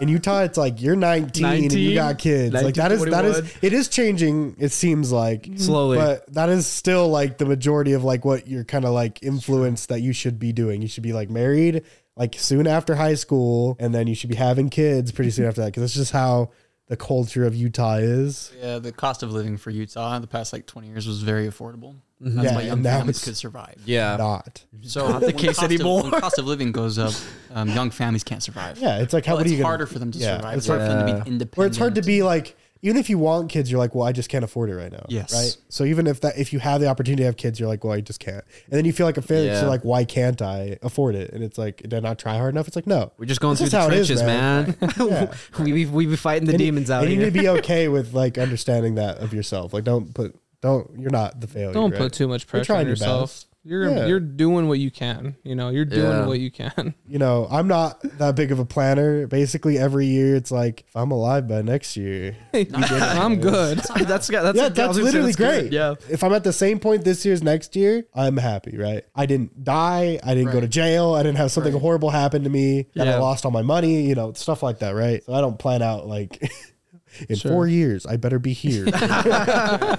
C: In Utah, it's like you're 19, and
A: 19,
C: you got kids. like that is that
A: 19,
C: is it is changing. It seems like
A: Slowly.
C: but that is still like the majority of like what you're kind of like influence that you should be doing. You should be like married like soon after high school, and then you should be having kids pretty soon after that because that's just how the culture of Utah is.
D: Yeah, the cost of living for Utah in the past like 20 years was very affordable. That's
C: Mm-hmm. Yeah,
D: why young
C: and now
D: families
C: it's-
D: could survive.
A: yeah
C: Not.
D: So
A: Not the
D: when
A: case
D: cost of-
A: anymore.
D: when cost of living goes up, um, young families can't survive.
C: Yeah, it's like how
D: Well,
C: what are
D: it's
C: you gonna-
D: harder for them to
C: yeah,
D: survive. It's
C: it's
D: hard for them to be
A: Yeah.
D: independent.
C: Or it's hard to be like even if you want kids, you're like, well, I just can't afford it right now.
D: Yes.
C: Right. So even if that if you have the opportunity to have kids, you're like, well, I just can't. And then you feel like a failure. 'cause
A: Yeah.
C: You're like, why can't I afford it? And it's like, did I not try hard enough? It's like, no.
A: we're just going
C: This
A: through
C: is
A: the
C: how it is,
A: trenches man, we, we we be fighting the
C: And you-
A: demons out
C: and you
A: here
C: need to be okay with like understanding that of yourself. Like, don't put don't you're not the failure.
B: don't
C: right?
B: put too much
C: You're
B: pressure on
C: trying your
B: yourself
C: best.
B: you're
C: Yeah.
B: you're doing what you can you know you're doing
A: Yeah.
B: what you can
C: you know, I'm not that big of a planner. Basically, every year it's like if I'm alive by next year.
B: i'm good
A: that's that's that's,
C: yeah, that's literally great.
A: yeah
C: If I'm at the same point this year as next year, I'm happy, right? I didn't die. I didn't go to jail. I didn't have something horrible happen to me. That
A: Yeah.
C: I lost all my money, you know, stuff like that, right? So I don't plan out like in four years, I better be here. the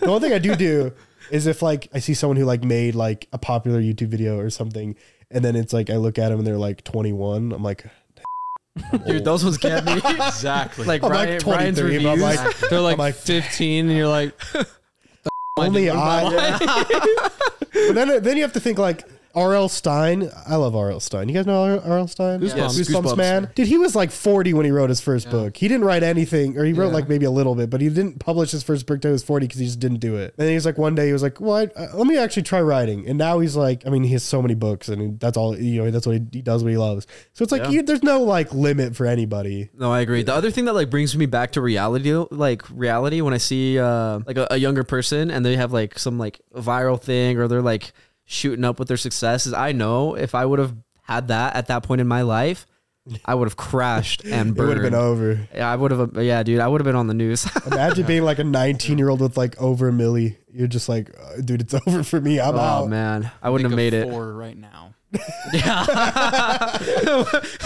C: one thing I do do is if like I see someone who like made like a popular YouTube video or something, and then it's like I look at them and they're like 21, I'm like,
A: dude those ones get me
D: exactly
A: like
C: I'm
A: Ryan,
C: like
A: Ryan's
C: 23, but I'm
A: reviews.
C: like,
B: They're like,
C: I'm like,
B: 15, and you're like,
C: only I. but then, then you have to think like R.L. Stein. I love R.L. Stein. You guys know R.L. Stein?
B: Goosebumps. Yes,
A: Goosebumps.
C: man. Dude, he was like 40 when he wrote his first book. He didn't write anything, or he wrote
B: Yeah.
C: like maybe a little bit, but he didn't publish his first book until he was 40 because he just didn't do it. And then he was like, one day he was like, well, I, uh, let me actually try writing. And now he's like, I mean, he has so many books, and he- that's all, you know, that's what he, he does, what he loves. So it's like,
A: Yeah.
C: you, there's no like limit for anybody.
A: No, I agree. The other thing that like brings me back to reality, like reality, when I see uh, like a, a younger person and they have like some like viral thing or they're like shooting up with their success, is I know if I would have had that at that point in my life, I would have crashed and
C: It
A: burned.
C: would have been over.
A: Yeah, I would have. Yeah, dude, I would have been on the news.
C: Imagine being like a 19 year old with like over a milli. You're just like, uh, dude, it's over for me. I'm
A: oh
C: out.
A: man, I wouldn't have made it.
D: four right now.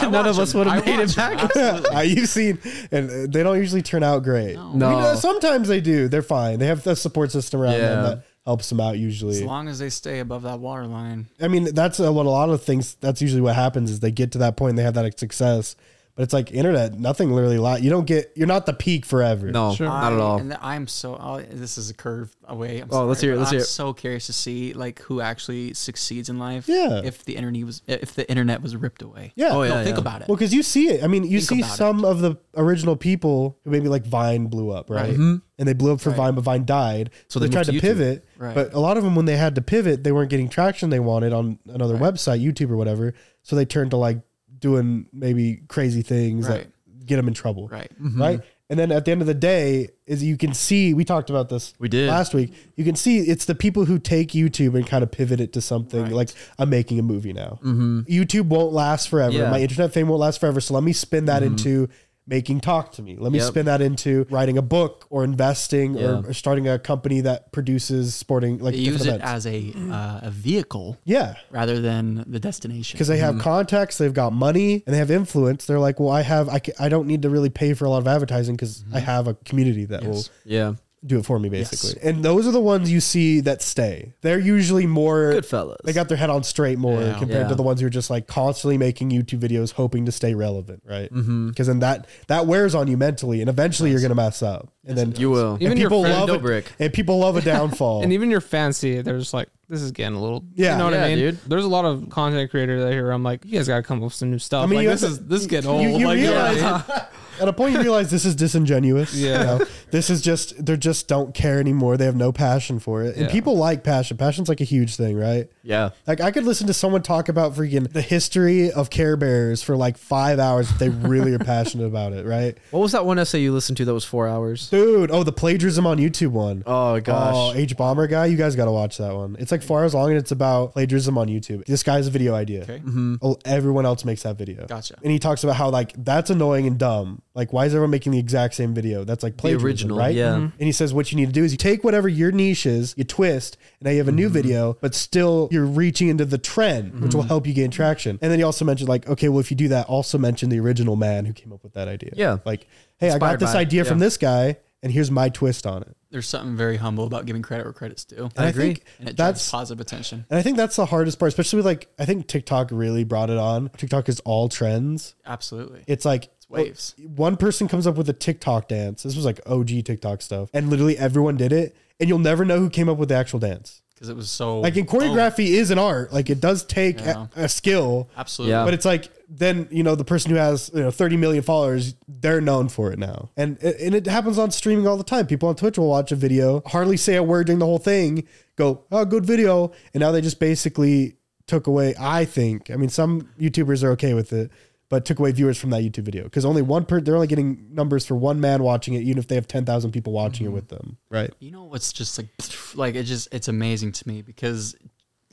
A: None of us would have made it back.
C: Uh, you've seen, and uh, they don't usually turn out great. No,
A: No.
C: sometimes they do. They're fine. They have a support system around them
A: Yeah.
C: that helps them out
D: As
C: usually.
D: long as they stay above that water line.
C: I mean, that's a, what a lot of things. That's usually what happens is they get to that point and they have that success. But it's like internet, nothing really. Lot you don't get. You're not the peak forever.
A: No, not at
D: I-
A: all.
D: And I'm so oh, this is a curve away. I'm
A: Oh, let's
D: sorry,
A: hear it,
D: but
A: let's
D: I'm
A: hear it.
D: so curious to see like who actually succeeds in life.
C: Yeah.
D: If the internet was if the internet was ripped away.
C: Yeah.
A: Oh,
D: Don't
A: yeah,
D: think
A: yeah.
D: about it.
C: Well, because you see it. I mean, you
D: Think
C: see
D: about it.
C: some of the original people who maybe like Vine blew up, right?
A: Mm-hmm.
C: And they blew up for Vine, but Vine died. So they,
A: they moved
C: tried to
A: to YouTube.
C: pivot.
D: Right.
C: But a lot of them, when they had to pivot, they weren't getting traction they wanted on another website, YouTube or whatever. So they turned to like doing maybe crazy things
D: Right.
C: that get them in trouble.
D: Right.
A: Mm-hmm.
C: Right. And then at the end of the day, is you can see we talked about this
A: We did.
C: last week. You can see it's the people who take YouTube and kind of pivot it to something like I'm making a movie now.
D: Mm-hmm.
C: YouTube won't last forever.
A: Yeah.
C: My internet fame won't last forever. So let me spin that
D: Mm-hmm.
C: into making talk to me. Let me
A: Yep.
C: spin that into writing a book or investing
A: Yeah.
C: or, or starting a company that produces sporting like
D: They
C: different
D: use it
C: events.
D: as a uh, a vehicle
C: yeah.
D: rather than the destination.
C: Because they have contacts, they've got money, and they have influence. They're like, well, I have, I, ca- I don't need to really pay for a lot of advertising because
D: Mm-hmm.
C: I have a community that will
A: yeah,
C: do it for me basically. And those are the ones you see that stay. They're usually more
A: good fellas.
C: They got their head on straight more
D: Yeah.
C: compared to
A: Yeah.
C: the ones who are just like constantly making YouTube videos hoping to stay relevant, right? Because
A: Mm-hmm.
C: then that that wears on you mentally, and eventually you're gonna mess up. And then
A: you will.
B: Even
C: and
B: your
C: people
B: friend
C: love
A: Dobrik.
C: it, and people love a downfall.
B: And even your fancy, they're just like, this is getting a little.
C: Yeah.
B: you know what
A: Yeah,
B: I mean,
A: dude.
B: There's a lot of content creators out here. where I'm like, you guys gotta come up with some new stuff.
C: I mean,
B: like,
C: you
B: this
C: have
B: is
C: to-
B: this is getting
C: you,
B: old.
C: you
B: like,
C: realize
B: yeah.
C: at a point you realize this is disingenuous. you
B: Yeah.
C: know? this is just they are just don't care anymore. They have no passion for it, and
B: Yeah.
C: people like passion. Passion's like a huge thing, right?
A: yeah,
C: Like I could listen to someone talk about freaking the history of Care Bears for like five hours if they really are passionate about it, right?
A: What was that one essay you listened to that was four hours?
C: Dude, oh the plagiarism on YouTube one.
A: Oh
C: Oh,
A: gosh.
C: H Bomber guy, you guys got to watch that one. It's like four hours long and it's about plagiarism on YouTube. This guy's a video idea.
D: Okay.
A: Mm-hmm.
C: Oh, everyone else makes that video.
D: Gotcha.
C: And he talks about how like that's annoying and dumb. Like why is everyone making the exact same video? That's like plagiarism,
A: original,
C: right?
A: yeah. Mhm.
C: And he says what you need to do is you take whatever your niche is, you twist, and now you have a new
A: Mm-hmm.
C: video, but still you're reaching into the trend, which will help you gain traction. And then he also mentioned like, okay, well if you do that, also mention the original man who came up with that idea.
A: Yeah.
C: Like, hey, I got
A: Inspired
C: this
A: by it,
C: idea from
A: yeah.
C: this guy, and here's my twist on it.
D: There's something very humble about giving credit where credit's due.
C: And I, think
D: and it drives
C: Uh, that's
D: positive attention.
C: and I think that's the hardest part, especially with like I think TikTok really brought it on. TikTok is all trends.
D: Absolutely.
C: It's like
D: It's waves.
C: one person comes up with a TikTok dance. This was like OG TikTok stuff, and literally everyone did it, and you'll never know who came up with the actual dance.
D: Because it was so
C: Like in choreography is an art. Like it does take
D: Oh. Yeah.
C: a, a skill,
D: Absolutely.
A: Yeah.
C: but it's like then you know the person who has you know 30 million followers they're known for it now and and it happens on streaming all the time people on twitch will watch a video hardly say a word during the whole thing go oh good video and now they just basically took away i think i mean some youtubers are okay with it but took away viewers from that youtube video because only one per they're only getting numbers for one man watching it even if they have 10000 people watching it with them right
D: You know what's just like, like it just it's amazing to me because,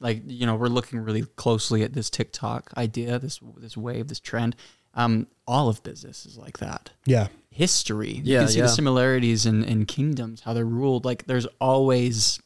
D: like you know, we're looking really closely at this TikTok idea, this this wave, this trend. Um, all of business is like that.
C: yeah
D: History, you
A: Yeah,
D: can see
A: yeah.
D: the similarities in in kingdoms, how they're ruled. Like there's always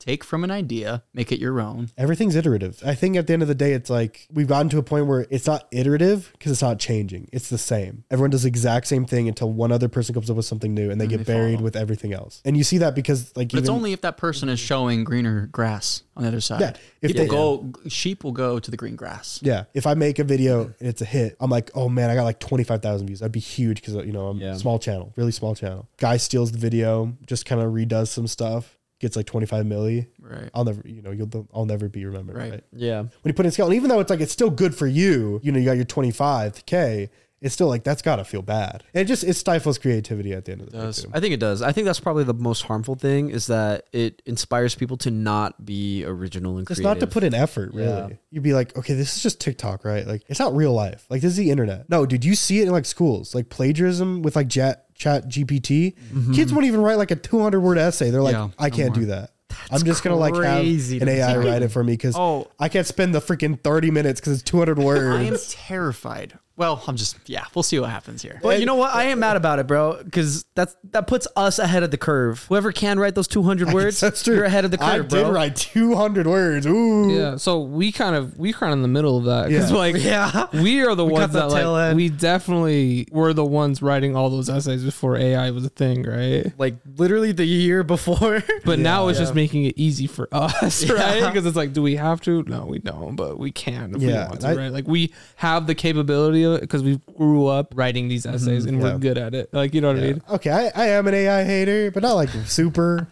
D: take from an idea, make it your own.
C: Everything's iterative. I think at the end of the day, it's like we've gotten to a point where it's not iterative because it's not changing. It's the same. Everyone does the exact same thing until one other person comes up with something new and they get
D: they
C: buried
D: follow.
C: with everything else. And you see that because like
D: But it's
C: even-
D: only if that person is showing greener grass on the other side.
C: Yeah, if
D: if People
C: they-
D: go, sheep will go to the green grass.
C: yeah. If I make a video and it's a hit, I'm like, oh man, I got like twenty five thousand views. That'd be huge because you know I'm
A: Yeah.
C: small channel, really small channel. Guy steals the video, just kind of redoes some stuff, gets like twenty five milli.
D: Right.
C: I'll never, you know, you'll I'll never be remembered.
D: Right.
C: right?
A: Yeah.
C: when you put in scale, and even though it's like it's still good for you, you know, you got your 25k, it's still like that's gotta feel bad. And it just it stifles creativity at the end of the
D: does.
C: day. Too.
A: I think it does. I think that's probably the most harmful thing is that it inspires people to not be original and
C: It's
A: creative.
C: not to put in effort, really.
A: Yeah.
C: You'd be like, okay, this is just TikTok, right? Like, it's not real life. Like, this is the internet. No, dude, you see it in like schools, like plagiarism with like chat, chat GPT. Kids won't even write like a 200 word essay. They're like,
D: Mm-hmm. Yeah,
C: I
D: no
C: can't
D: more.
C: do that. I'm just gonna like have
D: crazy
C: an
D: to
C: AI
D: me.
C: write it for me because
D: Oh.
C: I can't spend the freaking 30 minutes because it's 200
D: I am
C: words.
D: terrified. Well, I'm just yeah. We'll see what happens here.
A: But you know what? I am mad about it, bro, because that's that puts us ahead of the curve. Whoever can write those 200 words,
C: That's true.
A: you're ahead of the curve,
C: I
A: bro.
C: did write 200 words. Ooh,
B: Yeah, so we kind of we kind of in the middle of that because
C: Yeah.
B: like
A: Yeah.
B: we are the
A: got
B: ones
A: the
B: that
A: tail
B: like
A: end.
B: we definitely were the ones writing all those essays before AI was a thing, right?
A: Like literally the year before.
B: But now it's just making it easy for us, right? Because it's like, do we have to? No, we don't, but we can if
C: Yeah,
B: we want to,
C: I-
B: right? Like we have the capability of it because we grew up writing these essays and
C: Mm-hmm. yeah.
B: we're good at it. Like you know what I mean?
C: Okay, I, I am an AI hater, but not like super.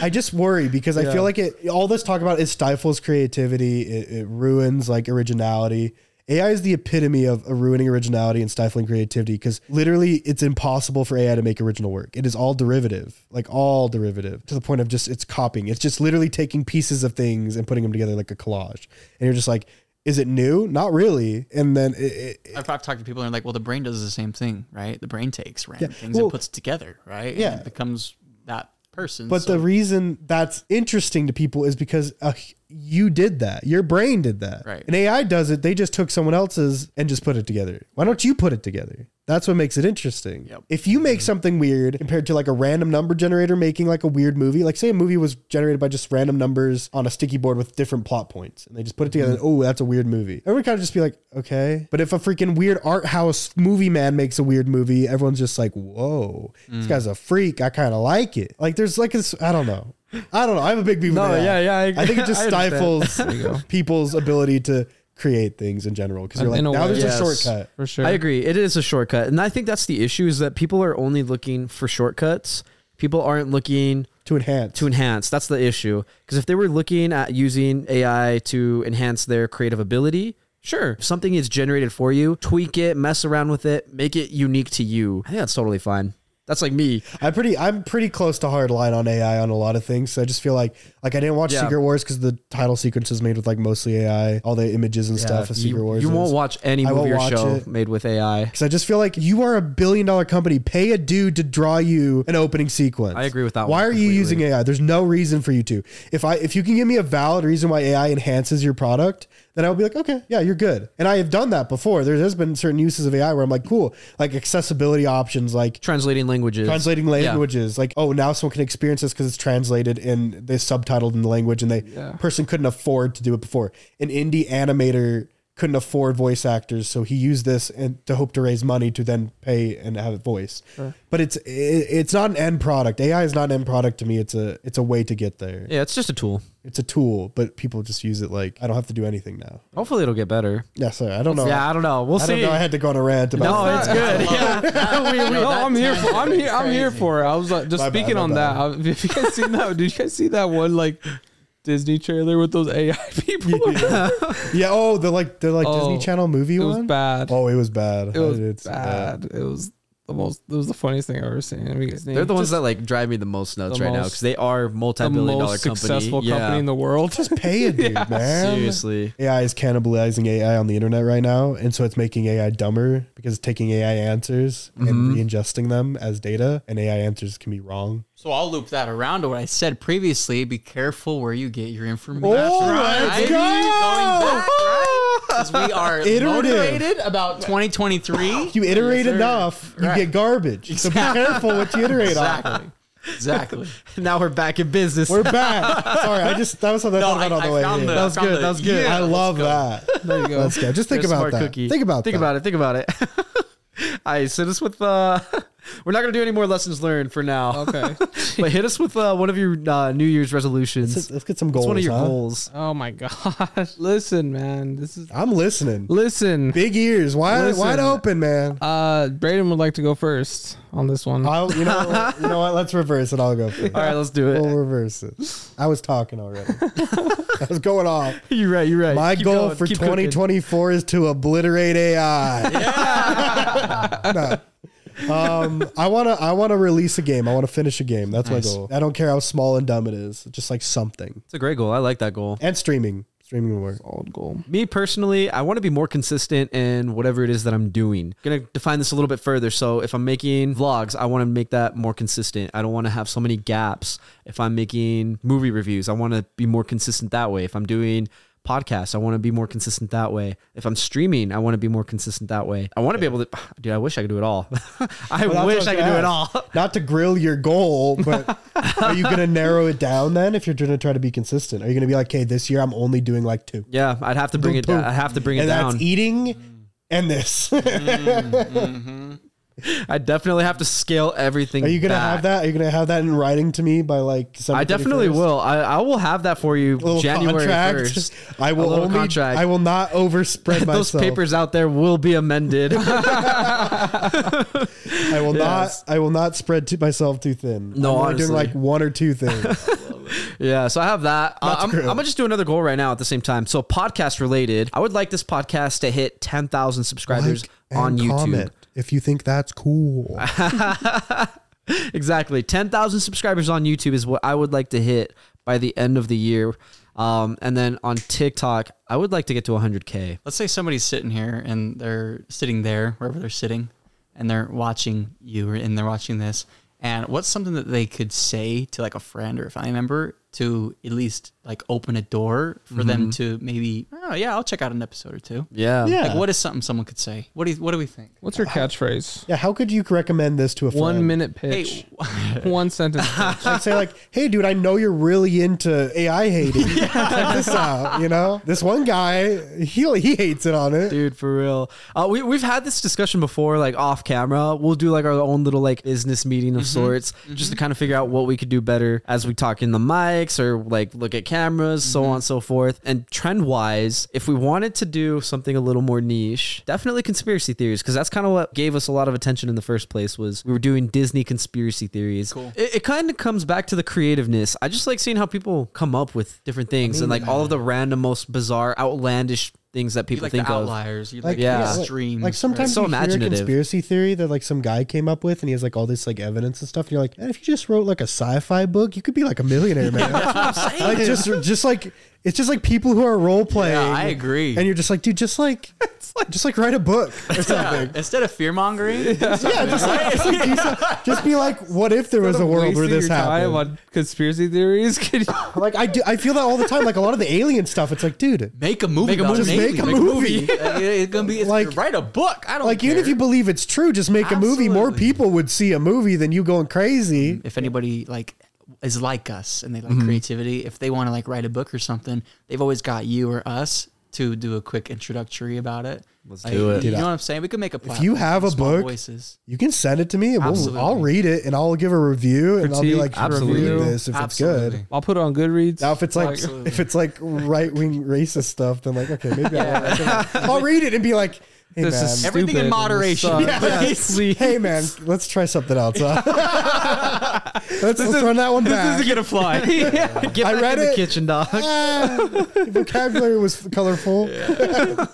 C: I just worry because I feel like it. All this talk about it stifles creativity. It, it ruins like originality. AI is the epitome of ruining originality and stifling creativity because literally it's impossible for AI to make original work. It is all derivative, like all derivative to the point of just it's copying. It's just literally taking pieces of things and putting them together like a collage. And you're just like, is it new? Not really. And then it, it,
D: I've I've talked to people and they're like, well, the brain does the same thing, right? The brain takes random things
C: Well-
D: and puts it together, right?
C: Yeah.
D: and it becomes that person.
C: But
D: so-
C: the reason that's interesting to people is because uh, you did that. Your brain did that.
D: Right.
C: And AI does it. They just took someone else's and just put it together. Why don't you put it together? That's what makes it interesting.
D: Yep.
C: If you make something weird compared to like a random number generator making like a weird movie, like say a movie was generated by just random numbers on a sticky board with different plot points and they just put it
A: Mm-hmm.
C: together, oh, that's a weird movie. Everyone kind of just be like, okay. But if a freaking weird art house movie man makes a weird movie, everyone's just like, whoa,
A: Mm.
C: this guy's a freak. I kind of like it. Like there's like this, I don't know. I don't know. I have a big beef. with
A: No,
C: AI.
A: yeah, yeah, I
C: I, think it just
A: I understand.
C: stifles people's ability to create things in general because you're
A: Um,
C: like,
B: In a
C: now
B: way,
C: there's
A: yes.
C: a shortcut.
B: For sure.
A: I agree. It is a shortcut. And I think that's the issue is that people are only looking for shortcuts. People aren't looking
C: To enhance,
A: to enhance. That's the issue. Because if they were looking at using AI to enhance their creative ability, sure, if something is generated for you, tweak it, mess around with it, make it unique to you. I think that's totally fine. That's like me.
C: I'm pretty I'm pretty close to hard line on AI on a lot of things. So I just feel like like I didn't watch
A: Yeah.
C: Secret Wars because the title sequence was made with like mostly AI, all the images and stuff of Secret
A: you,
C: Wars.
A: you
C: is.
A: won't watch any
C: I
A: movie
C: won't
A: or
C: watch
A: show
C: it.
A: made with AI.
C: Because I just feel like you are a billion dollar company. Pay a dude to draw you an opening sequence.
A: I agree with that
C: Why
A: one
C: are you
A: completely.
C: using AI? There's no reason for you to. If I if you can give me a valid reason why AI enhances your product, then I'll be like, okay, yeah, you're good. And I have done that before. There has been certain uses of AI where I'm like, cool, like accessibility options, like
A: Translating languages.
C: translating languages like oh now someone can experience this because it's translated and they subtitled in the language and they person couldn't afford to do it before an indie animator couldn't afford voice actors so he used this and to hope to raise money to then pay and have it voiced but it's it, it's not an end product ai is not an end product to me it's a it's a way to get there
A: Yeah, it's just a tool.
C: it's a tool but people just use it like i don't have to do anything now
A: Hopefully it'll get better.
C: yeah sorry i don't know
A: Yeah, I don't know. We'll
C: Oh. I
A: see.
C: don't know. I had to go on a rant about
A: no,
C: that.
A: it's Oh, good. Yeah. We- we-
B: No, I'm here for. I'm here. I'm here for it. I was like, just
C: My bad,
B: speaking
C: my
B: on
C: bad.
B: that. If you guys seen that, did you guys see that one like Disney trailer with those AI people?
C: Yeah. Oh, the like the like Disney
B: Oh,
C: Channel movie
B: it was
C: one.
B: bad.
C: Oh, it was bad.
B: it was
C: It's uh,
B: bad. It was the most. It was the funniest thing I've ever seen. Have you guys seen
A: They're the
B: it?
A: ones that like drive me the most nuts
B: The
A: right now
B: most-
A: because they are
B: the
A: multi-billion dollar
B: most
A: company.
B: successful
A: yeah.
B: company in the world.
C: Just pay it, dude, man.
A: Seriously.
C: AI is cannibalizing AI on the internet right now, and so it's making AI dumber because it's taking AI answers and re-ingesting them as data, and AI answers can be wrong.
D: so I'll loop that around to what I said previously. Be careful where you get your information.
C: Oh let's go!
D: Going back, right? 'Cause we are
C: Iterative.
D: motivated about 2023.
C: If you iterate enough, you
D: Right.
C: get garbage.
D: Exactly.
C: So be careful what you iterate on.
D: exactly. Exactly.
A: Now we're back in business.
C: We're back. Sorry, I just that was something I
D: No,
C: thought
D: I,
C: about on the
D: I
C: way.
D: found
C: here.
D: the.
A: That was
D: found
A: good,
D: the-
A: that was good.
D: Yeah.
C: I love that.
B: There you go.
C: Let's go. Just think
A: You're a
C: about
A: smart
C: that.
A: cookie.
C: Think about
A: think
C: that.
A: about it. Think about it. All right, so hit us with. Uh, we're not gonna do any more lessons learned for now.
B: Okay.
A: but hit us with uh, one of your uh, New Year's resolutions.
C: Let's,
A: What's
C: let's get some goals.
A: one of your
C: huh?
A: goals?
B: Oh my gosh. Listen, man. This is
C: I'm listening.
B: listen.
C: Big ears, wide
B: Listen.
C: wide open, man.
B: Uh, Braden would like to go first on this one.
C: I'll, you know, what- you know what? Let's reverse it. I'll go first.
A: All right, let's do it.
C: We'll reverse it. I was talking already. I was going off.
A: You're right. You're right.
C: My
A: Keep
C: goal
A: going,
C: for
A: keep cooking.
C: 2024 is to obliterate AI. No. Um, I wanna, I wanna release a game. I wanna finish a game. That's my goal. I don't care how small and dumb it is. Just like something
A: It's a great goal. I like that goal.
C: and streaming. Streaming will work.
B: Solid goal.
A: Me personally, I want to be more consistent in whatever it is that I'm doing. Gonna define this a little bit further. So if I'm making vlogs, I want to make that more consistent. I don't want to have so many gaps. If I'm making movie reviews, I want to be more consistent that way. If I'm doing podcasts, I want to be more consistent that way. If I'm streaming, I want to be more consistent that way. I want to be able to, dude. I wish I could do it all. I
C: Well, that's
A: wish
C: what
A: I could
C: gonna
A: do it all.
C: ask. Not to grill your goal, but are you going to narrow it down then if you're going to try to be consistent? Are you going to be like, okay, this year I'm only doing like two?
A: Yeah, I'd have to bring it. down. I have to bring it
C: and
A: down.
C: that's e- eating and this. are
A: I definitely have to scale everything.
C: you going to
A: back.
C: have that? Are you going to have that in writing to me by like December
A: I definitely
C: 31st?
A: will. I, I will have that for you
C: Little
A: January
C: contract.
A: 1st.
C: I will
A: A little
C: only,
A: contract.
C: I will not overspread
A: Those
C: myself.
A: papers out there will be amended.
C: I will
A: Yes.
C: not. I will not spread to myself too thin.
A: No,
C: I'm only doing
A: honestly.
C: like one or two things.
A: yeah, so I have that. Uh, I'm, I'm
C: true.
A: gonna just do another goal right now at the same time. So podcast related, I would like this podcast to hit 10,000 subscribers
C: Like
A: on
C: and
A: YouTube.
C: comment if you think that's cool.
A: Exactly, 10,000 subscribers on YouTube is what I would like to hit by the end of the year. Um, and then on TikTok, I would like to get to 100k.
D: Let's say somebody's sitting here and they're sitting there, wherever they're sitting, and they're watching you or- and they're watching this. And what's something that they could say to like a friend or a family member to at least like open a door for them to maybe, oh, yeah, I'll check out an episode or two?
A: Mm-hmm. Yeah.
D: Like, what is something someone could say? What do you, what do we think?
B: What's your catchphrase?
C: Yeah, how could you recommend this to a friend?
B: One minute
D: Hey,
B: pitch. One sentence. pitch.
C: I'd say like, "Hey, dude, I know you're really into AI hating. Check this out. You know, this one guy, he he hates it on it.
A: dude for real uh, we, we've had this discussion before like off camera we'll do like our own little like business meeting
D: Mm-hmm.
A: of sorts just to kind of figure out what we could do better as we talk in the mics or like look at cameras so
D: Mm-hmm.
A: on and so forth and trend wise if we wanted to do something a little more niche definitely conspiracy theories because that's kind of what gave us a lot of attention in the first place was we were doing disney conspiracy theories
D: Cool.
A: it, it kind of comes back to the creativeness i just like seeing how people come up with different things and like all of the random most bizarre outlandish things that
D: you
A: people
D: like
A: think
D: the
A: of
D: outliers. You like,
A: yeah.
D: the
A: like-
D: extremes.
C: Like sometimes
A: It's so
C: you hear a
A: imaginative.
C: conspiracy theory that like some guy came up with, and he has like all this like evidence and stuff. And you're like, man, if you just wrote like a sci-fi book, you could be like a millionaire, man. Like just just like it's just like people who are role playing.
D: Yeah, I agree.
C: And you're just like, dude, just like, just like write a book or something.
D: Yeah, instead of fear mongering,
C: Yeah, just like, just, like, just be like, what if there was a world where
B: Wasting
C: this
B: your time
C: happened?
B: on conspiracy theories. Could you-
C: Like I do, I feel that all the time. Like a lot of the alien stuff, it's like, dude,
D: make a movie.
A: Make a
D: about
A: movie.
D: an
C: Just make a
D: alien.
C: movie.
D: Like, it's gonna be it's
C: Like-
D: write a book. I don't
C: like even
D: care.
C: if you believe it's true, just make a movie. More
D: Absolutely.
C: people would see a movie than you going crazy.
D: if anybody like is like us and they
A: Mm-hmm.
D: like creativity, if they want to like write a book or something, they've always got you or us to do a quick introductory about it. Let's
A: do it.
D: You
C: Dude,
D: know
C: I-
D: what I'm saying? We could make a platform.
C: you have
D: for
C: a
D: small
C: book-
D: voices.
C: You can send it to me, and we'll,
D: Absolutely.
C: I'll read it and I'll give a review, and I'll be
B: Critique,
C: like,
A: absolutely.
C: review this if it's
D: Absolutely.
C: good.
B: I'll put it on Goodreads.
C: Now, if it's like
D: Absolutely.
C: if it's like right wing racist stuff, then like okay, maybe I'll, I'll read it and be like, hey
B: this
C: man,
B: is
D: Everything in
B: stupid and this
D: moderation.
B: sucks.
D: Yeah.
A: Please.
C: hey man, let's try something else. huh? let's let's run that one back.
A: gonna fly. Get
C: I
A: back
C: read
A: in the
C: it.
A: kitchen, dog.
C: Ah, vocabulary was colorful.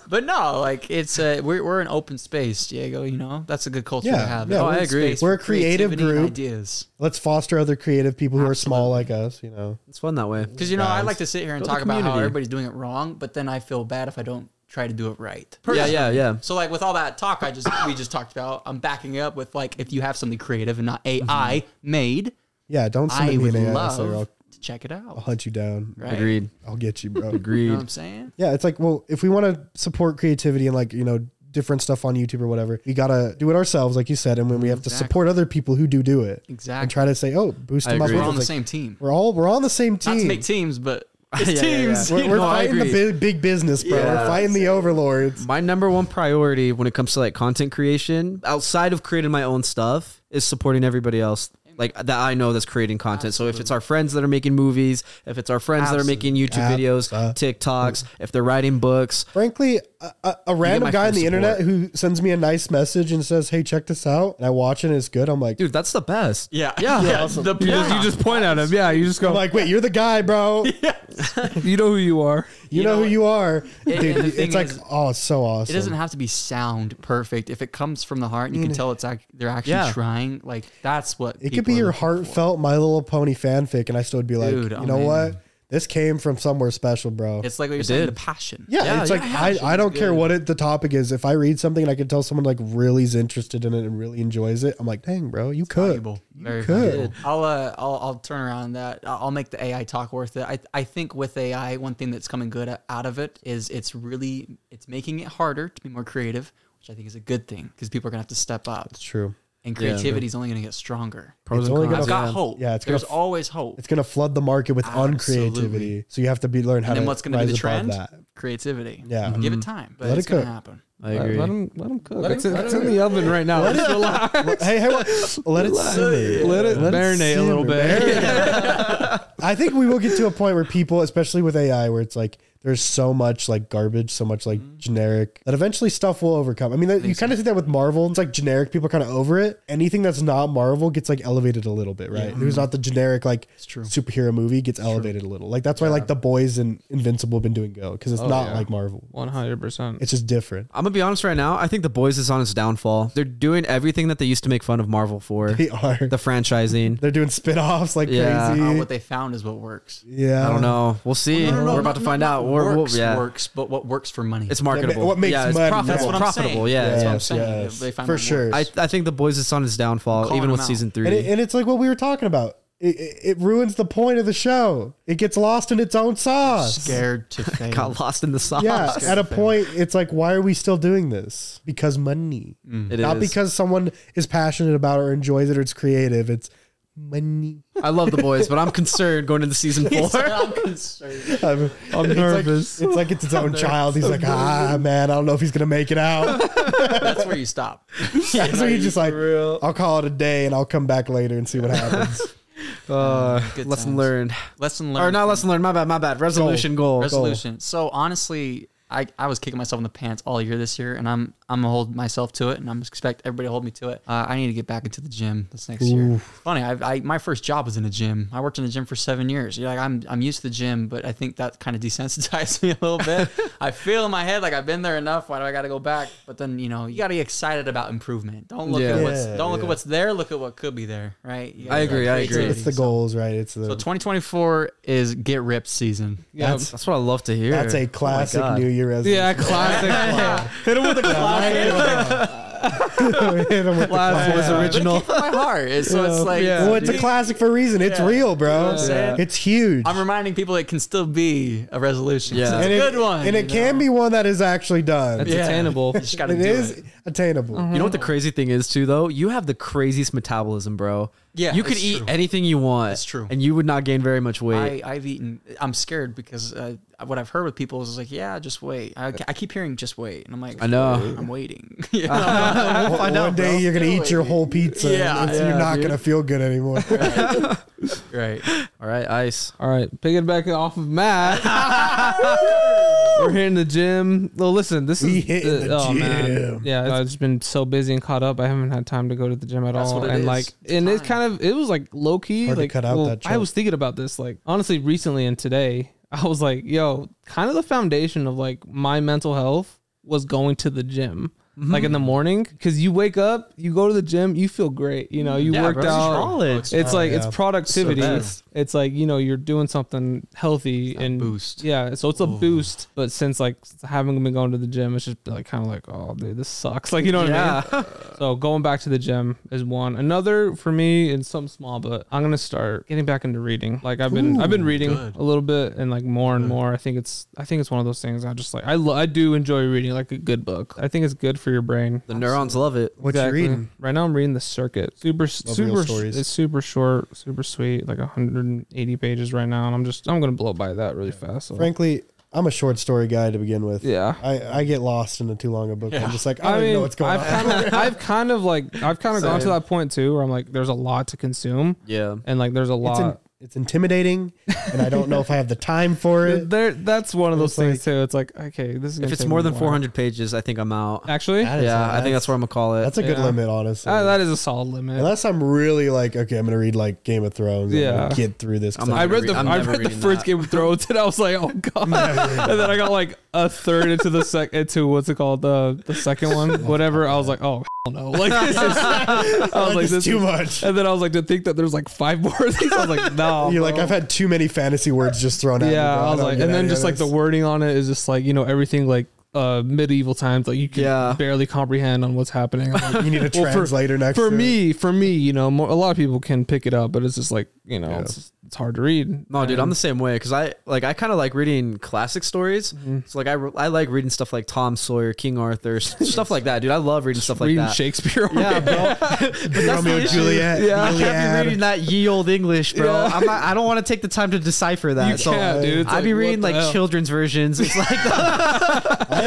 D: But no, like it's a we're we're an open space, Diego. You know that's a good culture to
C: Yeah,
D: have.
C: yeah,
D: An
C: Oh, I
D: open
A: agree.
D: space
C: We're a
D: for
C: creative
D: creativity and
C: group.
D: Ideas.
C: Let's foster other creative people who are small like us, you know.
A: It's fun that way.
D: Because you know, I like to sit here and
A: Build a
D: talk about how
A: community.
D: everybody's doing it wrong, but then I feel bad if I don't try to do it right.
A: Yeah, yeah, yeah.
D: So like with all that talk I just we just talked about, I'm backing up with like if you have something creative and not AI made,
C: Yeah, don't send
D: I
C: me
D: would
C: an AI
D: love
C: essay or I'll,
D: to check it out.
C: I'll hunt you down.
D: Right?
A: Agreed.
C: I'll get you, bro.
D: You know
A: Agreed.
D: what I'm saying?
C: Yeah, it's like, well, if we want to support creativity and like, you know, different stuff on YouTube or whatever, we gotta do it ourselves, like you said, and when we have to
D: Exactly.
C: support other people who do do it.
D: Exactly.
C: And try to say, oh, boost
A: I
C: them up.
A: agree.
D: We're
C: with
D: on the
C: us. Like,
D: same team.
C: we're all we're on the same
D: Not to
C: team.
D: make teams, but
A: Yeah,
D: it's
A: yeah, yeah.
D: teams.
C: We're, we're
A: No, I
C: fighting the
A: agree.
C: big, big business, bro.
A: Yeah.
C: We're fighting the overlords.
A: My number one priority when it comes to like content creation, outside of creating my own stuff, is supporting everybody else. Like that I know that's creating content. So if it's our friends that are making movies, if it's our friends that are making YouTube videos, TikToks, if they're writing books,
C: Frankly, a, a, a random
A: my
C: guy on
A: full
C: the internet who sends me a nice message and says, "Hey, check this out," and I watch it and it's good. I'm like,
A: dude, that's the best.
D: Yeah.
A: Yeah.
D: The
B: You, just, you just point at him. Yeah, you just go.
C: I'm like, wait, you're the guy, bro.
B: you know who you are.
C: You, know,
D: know
C: who you are,
D: and
C: dude.
D: the thing
C: it's like,
D: is,
C: oh, it's so awesome.
D: it doesn't have to be sound perfect. If it comes from the heart and you can tell it's ac- they're actually
A: Yeah.
D: trying, like that's what
C: it could be your heartfelt My Little Pony fanfic, and I still would be like,
D: Dude,
C: you
D: oh,
C: know
D: man.
C: what? This came from somewhere special, bro.
D: It's like what you're
A: It
D: saying,
A: did.
D: the passion.
C: yeah,
A: yeah,
C: it's
A: yeah,
C: like
A: yeah,
C: I, I
A: sure,
C: don't care
A: good.
C: what it, the topic is. If I read something and I can tell someone like really is interested in it and really enjoys it, I'm like, dang, bro, you could.
D: Valuable. Very
C: could.
D: valuable. I'll, uh, I'll I'll turn around that. I'll I'll make the AI talk worth it. I I think with AI, one thing that's coming good out of it is it's really it's making it harder to be more creative, which I think is a good thing because people are gonna have to step up,
C: It's true.
D: and
A: Yeah.
D: creativity is only gonna get stronger.
A: Pros
C: It's
A: and
C: only
A: cons.
C: gonna-
D: I've got
C: yeah.
D: hope.
C: Yeah, it's gonna
D: there's
C: f-
D: always hope.
C: It's gonna flood the market with uncreativity.
D: Absolutely.
C: So you have to be learn how
D: And then
C: to
D: what's gonna
C: rise
D: be the
C: above
D: trend?
C: that.
D: Creativity.
C: Yeah.
D: Give it time, but
C: Let
D: it's
C: it
D: gonna
C: cook.
D: happen.
A: I
B: Let,
A: agree.
B: let him let him cook.
D: Let
B: it's
D: him-
B: in,
D: let
B: it's
D: him-
B: in the oven right now. Just relax.
C: hey, hey, what- let it simmer.
B: Let it marinate a little bit.
C: simmer. I think we will get to a point where people, especially with AI, where it's like there's so much like garbage, so much like
A: Mm-hmm.
C: generic that eventually stuff will overcome. I mean, that, you kind of see that with Marvel. It's like generic people kind of over it. Anything that's not Marvel gets like elevated a little bit, right? Who's not the generic like
D: true.
C: superhero movie gets elevated a little. Like that's why like the boys and Invincible have been doing go because it's
A: Oh,
C: not
B: yeah.
C: like Marvel.
B: One hundred percent.
C: It's just different.
A: I'm gonna be honest right now. I think the boys is on its downfall. They're doing everything that they used to make fun of Marvel for.
C: They are.
A: the franchising.
C: They're doing spin-offs like
A: Yeah.
C: crazy.
D: Uh, what they found is what works.
C: yeah.
A: I don't know. We'll see.
D: No, no, no,
A: We're about
D: not-
A: to find
D: not
A: out.
D: what
A: We're,
D: works
A: we'll, yeah.
D: works, but what works for money.
A: It's marketable.
C: What makes
A: yeah, it's
C: money,
A: profitable.
C: that's what I'm
A: profitable.
D: saying.
A: Yeah.
D: That's
A: it's
D: what I'm
A: prof-
D: saying. They found
C: For
D: what
C: sure.
D: works.
A: I, I think the boys is on its downfall,
D: Calling
A: even with
D: them out.
A: season three.
C: And, it, and it's like what we were talking about. It, it, it ruins the point of the show. It gets lost in its own sauce.
D: scared to fail.
A: Got lost in the sauce.
C: Yeah, at a point, it's like, why are we still doing this? Because money.
A: Mm, It
C: Not
A: is.
C: because someone is passionate about it or enjoys it or it's creative. It's money.
A: I love the boys, but I'm concerned going into season four.
D: I'm concerned.
C: I'm,
B: I'm nervous.
C: It's like it's its own child. He's like, ah, man, I don't know if he's going to make it out.
D: That's where you stop.
C: yeah, so he's just like, I'll call it a day and I'll come back later and see what happens.
A: Uh,
D: Good
A: lesson
D: times.
A: learned,
D: Lesson learned.
A: or not lesson learned? My bad, my bad. Resolution goal.
D: Resolution. So honestly, I, I was kicking myself in the pants all year this year, and I'm I'm gonna hold myself to it, and I'm expect everybody to hold me to it. Uh, I need to get back into the gym this next year. Funny, I, I my first job was in a gym. I worked in a gym for seven years. You're like I'm I'm used to the gym, but I think that kind of desensitized me a little bit. I feel in my head like I've been there enough. Why do I got to go back? But then you know you got to be excited about improvement. Don't look
A: Yeah.
D: at what's
C: Yeah,
D: don't look
C: yeah.
D: at what's there. Look at what could be there. Right? You
A: I
D: gotta-
A: agree, I agree.
C: It's the
D: So
C: goals, right? It's the.
D: 2024 is get ripped season.
B: Yeah,
A: That's, that's what I love to hear.
C: that's
A: Oh my
C: a classic
A: God.
C: New Year resolution.
B: yeah, classic.
A: Hit him with a clap.
C: Hit him with the
A: Last
C: clap.
A: was original.
D: But it came from my heart. It's- So it's like
B: Yeah.
C: Well, it's a classic for a reason. It's
D: Yeah.
C: real, bro.
D: what I'm saying?
C: It's huge.
D: I'm reminding people it can still be a resolution.
A: Yeah.
D: So it's
C: and
D: a
C: it,
D: good one.
C: And
D: you
C: it can
D: know?
C: be one that is actually done.
B: That's
C: It
D: Yeah.
B: attainable.
D: You just gotta do
C: is
D: it.
C: attainable.
A: You know
D: Mm.
A: what the crazy thing is too, though? You have the craziest metabolism, bro.
D: Yeah,
A: you could
D: it's
A: eat
D: true.
A: anything you want.
D: It's true.
A: and you would not gain very much weight.
D: I, I've eaten. I'm scared because uh, what I've heard with people is like, yeah, just wait. I, I keep hearing just wait, and I'm like,
A: I know.
D: "Wait, I'm waiting. yeah.
C: Well, one day you're gonna eat your whole pizza.
D: Yeah.
C: and it's-
A: Yeah,
C: you're not
A: dude.
C: gonna feel good anymore.
D: right.
A: All right, ice.
B: All right, picking back off of Matt. We're here in the gym. Well, listen, this
C: We
B: is oh,
C: hit in the gym.
B: Yeah, it's- I've just been so busy and caught up. I haven't had time to go to the gym at
D: That's
B: all.
D: what it
B: and
D: is.
B: like,
D: It's
B: and it
D: time.
B: kind of it was like low key.
C: Hard to
B: like,
C: cut out
B: well,
C: that
B: I was thinking about this like honestly recently and today. I was like, yo, kind of the foundation of like my mental health was going to the gym. Like in the
C: Mm-hmm.
B: morning, because you wake up, you go to the gym, you feel great. You know, you
A: Yeah,
B: worked
A: bro, it's
B: out. Oh,
A: solid.
B: It's like it's
C: yeah.
B: productivity.
A: So best.
B: it's like you know you're doing something healthy and
D: boost.
B: Yeah, so it's a boost. But since like having been going to the gym, it's just like kind of like oh dude, this sucks. Like you know what
A: yeah.
B: I mean. So going back to the gym is one. Another for me and something small, but I'm gonna start getting back into reading. Like I've been I've been reading
D: good.
B: a little bit and like more and more. I think it's I think it's one of those things. I just like I lo- I do enjoy reading like a good book. I think it's good for your brain.
A: The neurons love it.
C: What you reading?
B: Right now, I'm reading The Circuit. Super, super.
C: stories.
B: It's super short, super sweet. Like 180 pages right now, and I'm just I'm gonna blow by that really fast. So.
C: Frankly, I'm a short story guy to begin with.
B: Yeah.
C: I, I get lost in a too long a book. I'm just like, I don't
B: I
C: even
B: mean,
C: know what's going
B: I've
C: on.
B: kind of, I've kind of like, I've kind of gone to that point too, where I'm like, there's a lot to consume,
A: Yeah.
B: and like, there's a
C: It's, in,
B: lot.
C: it's intimidating, and I don't know if I have the time for it.
B: there, that's one of those
C: It's
B: things too. It's like, okay, this is.
A: If
B: gonna
A: it's
B: take
A: more
B: me
A: than
B: a while.
A: 400 pages, I think I'm out.
B: actually,
C: That is-
A: yeah, I think that's where I'm gonna call it.
C: That's a good
B: Yeah.
C: limit, honestly.
B: uh, that is a solid limit.
C: Unless I'm really like, okay, I'm gonna read like Game of Thrones. I'm gonna
B: Yeah.
C: get through this. 'cause
A: I'm
B: I
A: not
B: read
A: gonna
B: the
A: read- I'm
B: I
A: never
B: read the
A: reading
B: first
A: that.
B: Game of Thrones and I was like, oh god, and then I got like a third into the sec into what's it called the the second one, whatever. I was like, oh hell no, like this is, I was like
C: It's
B: this
C: too
B: is-
C: much.
B: and then I was like to think that there's like five more of these. I was like, no, Oh,
C: You're like,
B: bro.
C: I've had too many fantasy words just thrown at me.
B: yeah,
C: bro.
B: I was
C: don't
B: like,
C: get
B: and then
C: any
B: just
C: of
B: like the
C: this."
B: wording on it is just like you know everything like uh medieval times like you can
A: Yeah.
B: barely comprehend on what's happening. I'm like,
C: You need a
B: Well, for-
C: translator next.
B: for
C: to it.
B: me, for me, you know, more, a lot of people can pick it up, but it's just like you know,
C: Yeah.
B: it's, it's hard to read.
A: No, dude, I'm the same way because I like I kind of like reading classic stories.
B: Mm-hmm.
A: So like I, re- I like reading stuff like Tom Sawyer, King Arthur, s- stuff like that, dude. I love reading stuff like
B: reading
A: that.
B: Shakespeare.
A: Yeah, bro. But that's
C: Romeo
A: the
C: and
A: issue.
C: Juliet.
B: Yeah.
A: I can't
C: Iliad.
A: be reading that ye old English, bro.
B: Yeah.
A: I'm not, I don't want to take the time to decipher that.
B: You
A: so
B: can't, dude. It's
A: I'd
B: like,
A: be
B: what
A: reading
B: the
A: like
B: hell?
A: children's versions. It's like
C: I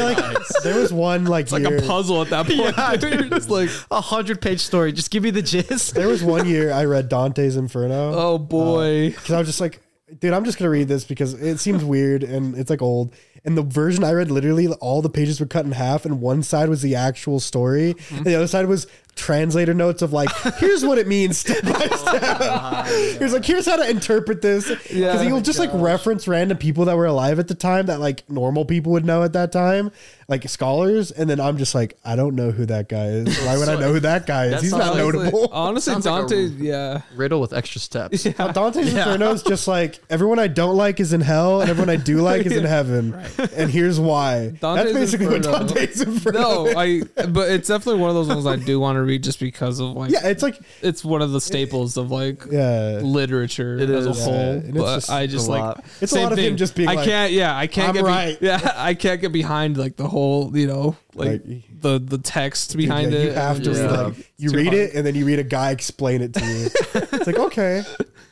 C: like. There was one like
B: It's like
C: year-
B: a puzzle at that point. dude. It's like,
A: a hundred page story. Just give me the gist.
C: There was one year I read Dante's Inferno.
B: oh boy,
C: because I was just like, dude, I'm just gonna read this because it seems weird and it's like old. And the version I read, literally all the pages were cut in half, and one side was the actual story,
D: Mm-hmm.
C: and the other side was translator notes of like, here's what it means step
D: Oh
C: by step. He was like, here's how to interpret this, because
B: Yeah.
C: he'll just like reference random people that were alive at the time that like normal people would know at that time, like scholars. And then I'm just like, I don't know who that guy is. Why would I know who that guy is?
D: that
C: He's
D: sounds
C: not
D: like-
C: notable.
B: honestly,
D: Sounds like a-
B: Dante, yeah,
D: Riddle with extra steps.
C: Now, Dante's Inferno is just like everyone I don't like is in hell and everyone I do like is in heaven. And here's why.
B: Dante's
C: That's basically
B: Inferno.
C: what Dante's Inferno.
B: no,
C: is.
B: I, but it's definitely one of those ones I do want to read just because of like,
C: yeah, it's like
B: it's one of the staples of like
C: yeah.
B: literature as a
A: is.
B: whole.
C: Yeah, and it's
B: but
C: just
B: I just
A: a
B: like
A: lot.
C: It's a lot of him just being
B: I
C: like,
B: can't. Yeah, I can't
C: "I'm
B: get be-
C: right."
B: Yeah, I can't get behind like the whole you know like,
C: Like-
B: the the text
C: dude,
B: behind
C: yeah,
B: it.
C: You have to
B: and just,
C: read
A: Yeah.
C: like you
B: too
C: read
B: hard.
C: it and then you read a guy explain it to you. it's like okay.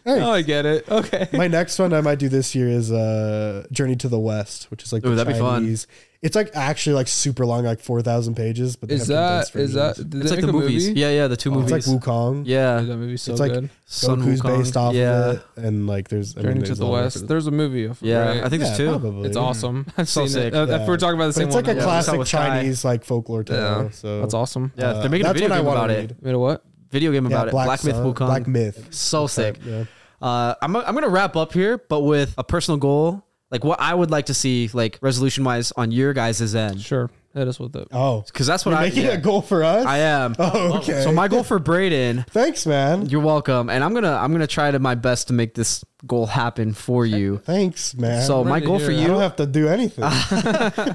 C: Hey.
B: Oh, I get it. Okay.
C: My next one I might do this year is uh Journey to the West, which is like
A: Ooh,
C: the
A: that'd be fun.
C: Chinese. It's like actually like super long, like four thousand pages. But they
B: Is
C: have
B: that
C: condensed
B: is that?
C: versions.
B: Did
A: It's
B: they
A: like
B: make
A: the
B: a
A: movies.
B: Movie?
A: Yeah, yeah, the two movies.
C: Oh, It's like Wukong.
B: Dude,
A: Yeah,
B: that movie's so
C: It's like
B: good.
A: Sun
C: Goku's
A: Wukong.
C: based off
A: yeah.
C: of it, and like there's I mean,
B: Journey to
C: there's
B: the
C: all
B: West.
C: different-
B: There's a movie. Of it,
A: Yeah,
B: right?
A: I think it's two.
C: probably.
B: it's awesome. I've
A: So
B: seen
A: sick.
B: it. Uh,
C: Yeah.
B: If we're talking about the
C: But
B: same
C: it's like
B: one,
C: a
A: yeah.
C: classic
A: South Sky.
C: Chinese like folklore tale.
B: Yeah.
C: So
B: that's awesome.
A: Yeah,
C: uh,
A: they're making a
C: that's
A: video
C: what I
A: game
C: wanna
A: about
C: read.
A: it.
B: Wait, what?
A: Video game about
C: Yeah,
A: it. Black Myth
C: Sun-
A: Wukong.
C: Black Myth.
A: So sick.
C: Yeah.
A: Uh, I'm, I'm gonna wrap up here, but with a personal goal, like what I would like to see, like resolution wise, on your guys' end,
B: Sure, hit us with it.
C: Oh,
A: because that's what
C: you're
A: I
C: making
A: yeah,
C: a goal for us.
A: I am.
C: Oh, okay.
A: So my goal for Braden,
C: Thanks, man.
A: you're welcome, and I'm gonna I'm gonna try to my best to make this goal happen for you.
C: Thanks, man.
A: So my
B: ready to
A: goal for
B: hear it.
C: I
A: you
C: don't have to do anything.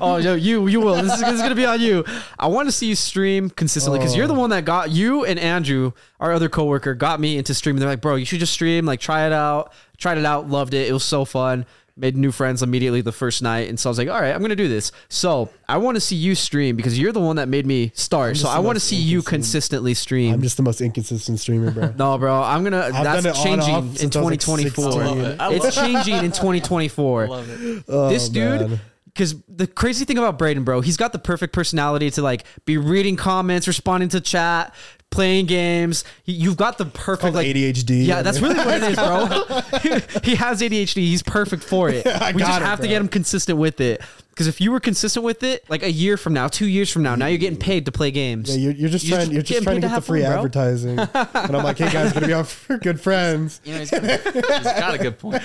A: oh, yo, you, you will. This is, this is gonna be on you. I want to see you stream consistently because
B: Oh.
A: you're the one that got you and Andrew, our other coworker, got me into streaming. They're like, bro, you should just stream. Like, try it out. Tried it out. Loved it. It was so fun. Made new friends immediately the first night, and so I was like, all right, I'm gonna do this. So I want to see you stream because you're the one that made me start. So I want to see you consistently stream.
C: I'm just the most inconsistent streamer, bro.
A: No, bro. I'm gonna.
C: done it
A: that's
C: on
A: changing
C: off
A: in
C: since I was, like,
A: 2024.
C: 16. I love
D: it. I
A: it's
D: love
A: changing in 2024.
D: love it.
A: this dude.
C: Oh, man.
A: Because the crazy thing about Braden, bro, he's got the perfect personality to like be reading comments, responding to chat, playing games. He- You've got the perfect
C: called
A: like
C: ADHD.
A: Yeah, that's really what it is, bro. he has ADHD. He's perfect for it.
C: I
A: we just
C: got it,
A: have to
C: bro.
A: get him consistent with it. Because if you were consistent with it, like a year from now, two years from now, now you're getting paid to play games.
C: Yeah, you're, you're just trying. You're just
A: getting
C: trying
A: paid
C: to get the
A: have
C: free
A: fun, bro.
C: advertising, and I'm like, "Hey guys, gonna be on for good friends."
D: You know, he's got, he's got a good point.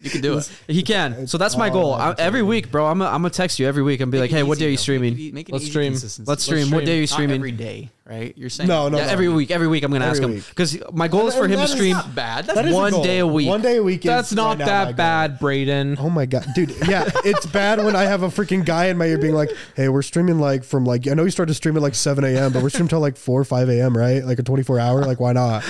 D: You can do it.
A: He can. So that's my goal. I, every week, bro, I'm gonna I'm gonna text you every week and be like,
D: Make
A: hey,
D: it
A: what
D: easy,
A: day are you
D: though.
A: streaming?
D: Make it e- make it
B: Let's
D: easy
B: stream.
D: consistency.
A: Let's stream. What
B: stream.
A: day are you
D: Not
A: streaming?
D: every day, right? You're saying
C: No, no,
A: yeah,
C: no.
A: every week. Every week, I'm gonna ask
C: Every
A: him
C: week.
A: because my goal is for him to
C: That is
A: stream.
D: not bad.
C: That
D: That's
C: is
A: One
C: goal.
A: day a week.
C: One day a week. is
B: That's
C: right
B: not
C: now my
B: that
C: goal.
B: bad, Braden.
C: Oh my god, dude. Yeah, it's bad when I have a freaking guy in my ear being like, "Hey, we're streaming like from like I know you started streaming like seven a.m., but we're streaming till like four or five a.m. Right? Like a twenty-four hour. Like why not?"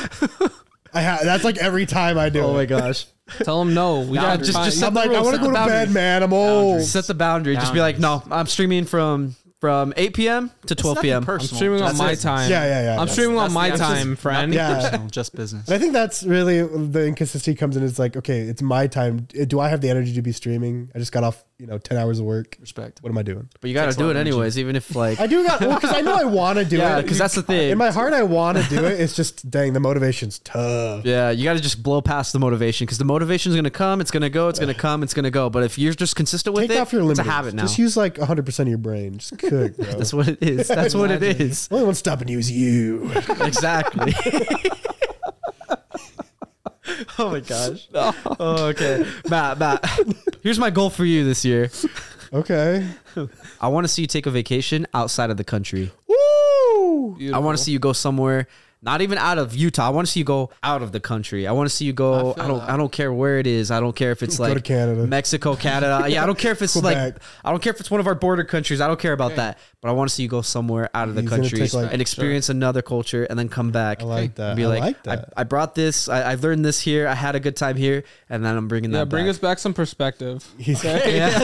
C: I ha- that's like every time I do.
A: Oh
C: it.
A: my gosh!
B: Tell him no. We
A: Nah,
B: got
A: just- just
C: I'm like, I want to go to bed, man. I'm old.
A: Set the boundary. Just be like, no, I'm streaming from from 8 p.m. to 12
D: nothing
A: p.m.
B: I'm
D: personal.
B: streaming on
D: That's
B: my
D: it.
B: time.
C: Yeah, yeah, yeah.
B: I'm
C: That's-
B: streaming on
D: That's
B: my
D: the-
B: time,
D: just
B: friend.
D: nothing
C: Yeah.
D: personal, just business.
C: And I think that's really the inconsistency comes in. It's like, okay, it's my time. Eh, Do I have the energy to be streaming? I just got off, you know, ten hours of work.
D: Respect.
C: What am I doing?
A: But you gotta
D: Takes a
A: do
D: lot
A: it
D: of energy.
A: anyways, even if like
C: I do got because I know I want to do
A: yeah,
C: it.
A: because that's the
C: in
A: thing.
C: my heart, I want to do it. It's just, dang, the motivation's tough.
A: Yeah, you got to just blow past the motivation because the motivation's gonna come, it's gonna go, it's gonna come, it's gonna go. But if you're just consistent with
C: Take
A: it,
C: off your
A: it's
C: limits.
A: a habit now.
C: Just use like 100% of your brain. Just cook, bro.
A: That's what it is. That's what it is.
C: only one stopping you is you.
A: Exactly. oh my gosh. Oh, okay. Matt, Matt, here's my goal for you this year.
C: Okay.
A: I want to see you take a vacation outside of the country.
B: Beautiful.
A: I want to see you go somewhere Not even out of Utah. I want to see you go out of the country. I want to see you go.
D: I
A: I,
D: feel
A: don't.
D: that.
A: I don't care where it is. I don't care if it's
C: Go
A: like
C: to Canada.
A: Mexico, Canada. Yeah, I don't care if it's like.
C: Quebec.
A: I don't care if it's one of our border countries. I don't care about that. But I want to see you go somewhere out of the
C: He's gonna
A: country
C: take, like-
A: and experience another culture and then come back.
C: I like that.
A: And be
C: I
A: like,
C: like that.
A: I, I brought this. I, I learned this here. I had a good time here, and then I'm bringing
B: Yeah,
A: that.
B: bring
A: back.
B: us back some perspective.
C: He's,
A: Yes.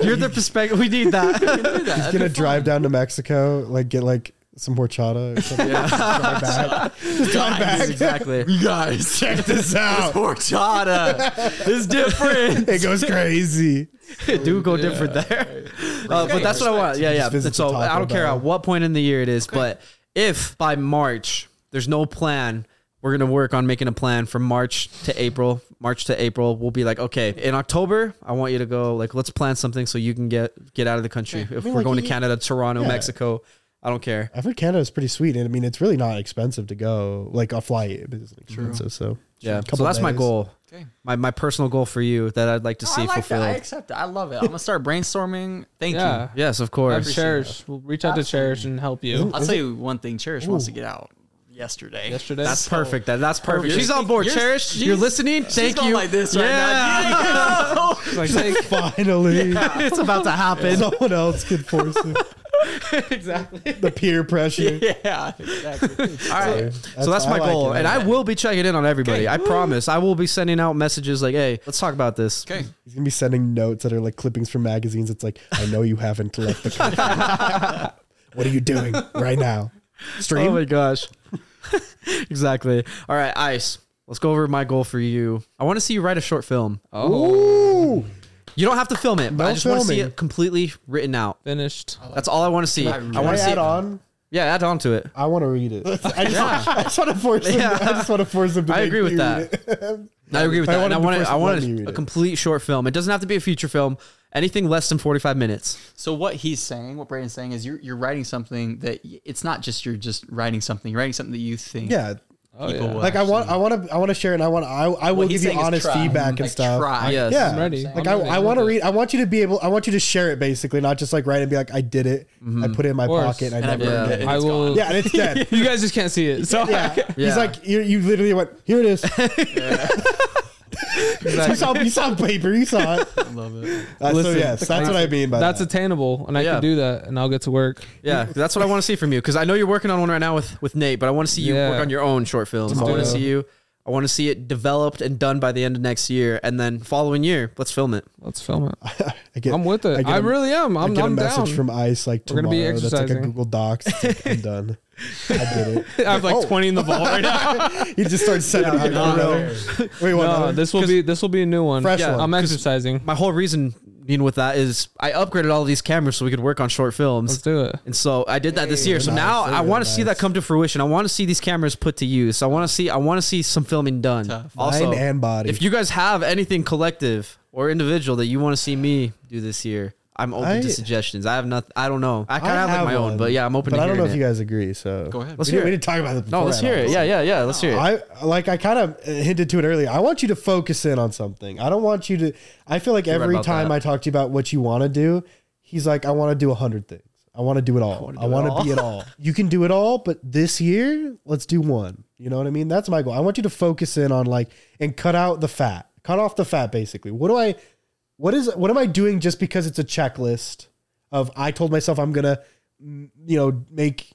A: You're the perspective. We need that.
C: he's gonna drive down to Mexico, like get like some horchata or something. drive back. Just drive back.
A: exactly.
D: You guys, check
C: this out.
D: horchata is different.
C: It goes crazy.
A: It do go different there. Uh, but that's what I want. Yeah, yeah.
C: Just visit
A: so
C: the
A: I
C: Taco
A: don't care
C: Bell.
A: at what point in the year it is, but if by March there's no plan, we're gonna work on making a plan from March to April. March to April, we'll be like, okay, in October, I want you to go. Like, let's plan something so you can get get out of the country. If
C: mean,
A: we're
C: like,
A: going to
C: you-
A: Canada, Toronto,
C: yeah.
A: Mexico, I don't care.
C: I've heard Canada is pretty sweet, and I mean it's really not expensive to go. Like a flight is expensive, so
A: Yeah. So
C: Couple
A: that's my
C: days.
A: goal.
D: Okay.
A: My my personal goal for you that I'd like to see
D: I like that.
A: fulfilled.
D: I accept it. I love it. I'm gonna start brainstorming. Thank
B: Yeah.
D: you.
A: Yes, of
B: Have
A: course.
B: Cherish. We'll reach out to Cherish and help you.
D: I'll tell you one thing. Cherish wants to get out yesterday.
B: Yesterday.
A: That's perfect. That, that's perfect.
D: You're
A: She's on board.
D: thinking- you're-
A: Cherish, you're
D: she's-
A: listening. Thank
D: going
A: you.
D: like this right now.
B: It's like, take,
C: finally
A: it's about to happen.
C: someone else can force it. exactly the peer pressure.
D: yeah, exactly. All right.
A: so that's my
C: I like
A: goal,
C: it.
A: and I will be checking in on everybody.
D: Okay.
A: I promise. I will be sending out messages like, "Hey, let's talk about this."
D: Okay.
C: He's gonna be sending notes that are like clippings from magazines. It's like, I know you haven't left the country. what are you doing right now?
A: Oh
C: Stream.
A: my gosh. exactly. All right, Ice. Let's go over my goal for you. I want to see you write a short film.
D: Oh.
C: Ooh,
A: You don't have to film it, but
C: No
A: I just want to see
C: filming.
A: it completely written out.
B: finished.
A: That's all I want to see. I,
D: Can I
A: want
C: I
A: to see. It.
C: add on.
A: Yeah, add on to it.
C: I want to read it. I just,
A: Yeah.
C: I just want to force him.
A: Yeah.
C: I just want to force him. To
A: I
C: make
A: agree with
C: you
A: that.
C: read it.
A: I agree with
C: I
A: that. And
C: wanted
A: I
C: the
A: want
C: person
A: I
C: to
A: want
C: let me read
A: a
C: it.
A: complete short film. It doesn't have to be a feature film. Anything less than 45 minutes.
D: So what he's saying, what Brandon's saying, is you're you're writing something that y- it's not just you're just writing something. You're writing something that you think.
C: yeah.
B: Oh,
D: People
B: yeah.
D: will-
C: Like I want, I want to, I want to share, and I want, I, I will
D: What he's
C: give you
D: saying is
C: honest
D: try.
C: feedback and
D: Like,
C: stuff.
D: Try.
A: Yes.
C: Yeah,
B: I'm ready.
C: Like I,
B: I'm ready.
C: I want to read. I want you to be able. I want you to share it basically, not just like write and be like, I did it. I put it in my
B: course.
C: pocket. And
D: And
C: I
D: I
C: never.
D: burned
A: Yeah.
D: it. And
B: I
D: it's gone.
B: will.
C: Yeah, and it's dead.
B: You guys just can't see it. So
C: Yeah.
A: Yeah.
C: He's like, you you literally went, here it is. you, saw, you saw paper, you saw it.
D: I love it.
C: Uh, so,
B: Listen,
C: yes, that's what I mean by
B: that's
C: that.
B: attainable, and I
A: Yeah.
B: can do that, and I'll get to work.
A: Yeah, that's what I want to see from you because I know you're working on one right now with with Nate, but I want to see you
B: Yeah.
A: work on your own short films. I want to
C: Tomorrow.
A: see you. I want to see it developed and done by the end of next year, and then following year, let's film it.
B: Let's film it.
C: I get,
B: I'm with it.
C: get
B: I,
C: a-
B: really am.
C: I
B: I'm,
C: get
B: I'm
C: a message
B: down.
C: from ICE like
B: We're
C: tomorrow.
B: gonna be
C: That's like a
B: exercising.
C: Google Docs. It's like, I'm done. I did it.
B: I have like 20 in the vault right now.
C: He just starts sending out another. Wait, what?
B: no,
C: another?
B: this will be this will be a new one.
C: Fresh
B: yeah,
C: one.
B: I'm
A: 'Cause-
B: exercising.
A: My whole reason being with that is I upgraded all these cameras so we could work on short films.
B: Let's do it.
A: And so I did that this year. So
C: nice.
A: now
C: Very
A: I want to see
C: nice.
A: that come to fruition. I want to see these cameras put to use. I want to see. I want to see some filming done. Also,
C: Mind and body.
A: if you guys have anything collective or individual that you want to see me do this year, I'm open to
C: I-
A: suggestions. I have nothing. I don't know. I
C: I
A: kind of have, like my
C: one,
A: own, but yeah, I'm open.
C: But
A: to
C: I don't know
A: hearing it.
C: if you guys agree. So
D: Go ahead.
A: Let's
C: We didn't-
A: hear
C: We
A: it.
C: didn't talk about it.
A: No,
C: before
A: let's
C: at
A: hear
C: all.
A: it. Yeah, yeah, yeah. Let's hear it.
C: I like I kind of hinted to it earlier. I want you to focus in on something. I don't want you to. I feel like every
A: about
C: time
A: that.
C: I talk to you about what you want to do, he's like, I want to do a hundred things. I want to do it all. I want to be it all. You can do it all, but this year, let's do one. You know what I mean? That's my goal. I want you to focus in on like and cut out the fat. Cut off the fat basically. What do I what is what am I doing just because it's a checklist of I told myself I'm going to you know, make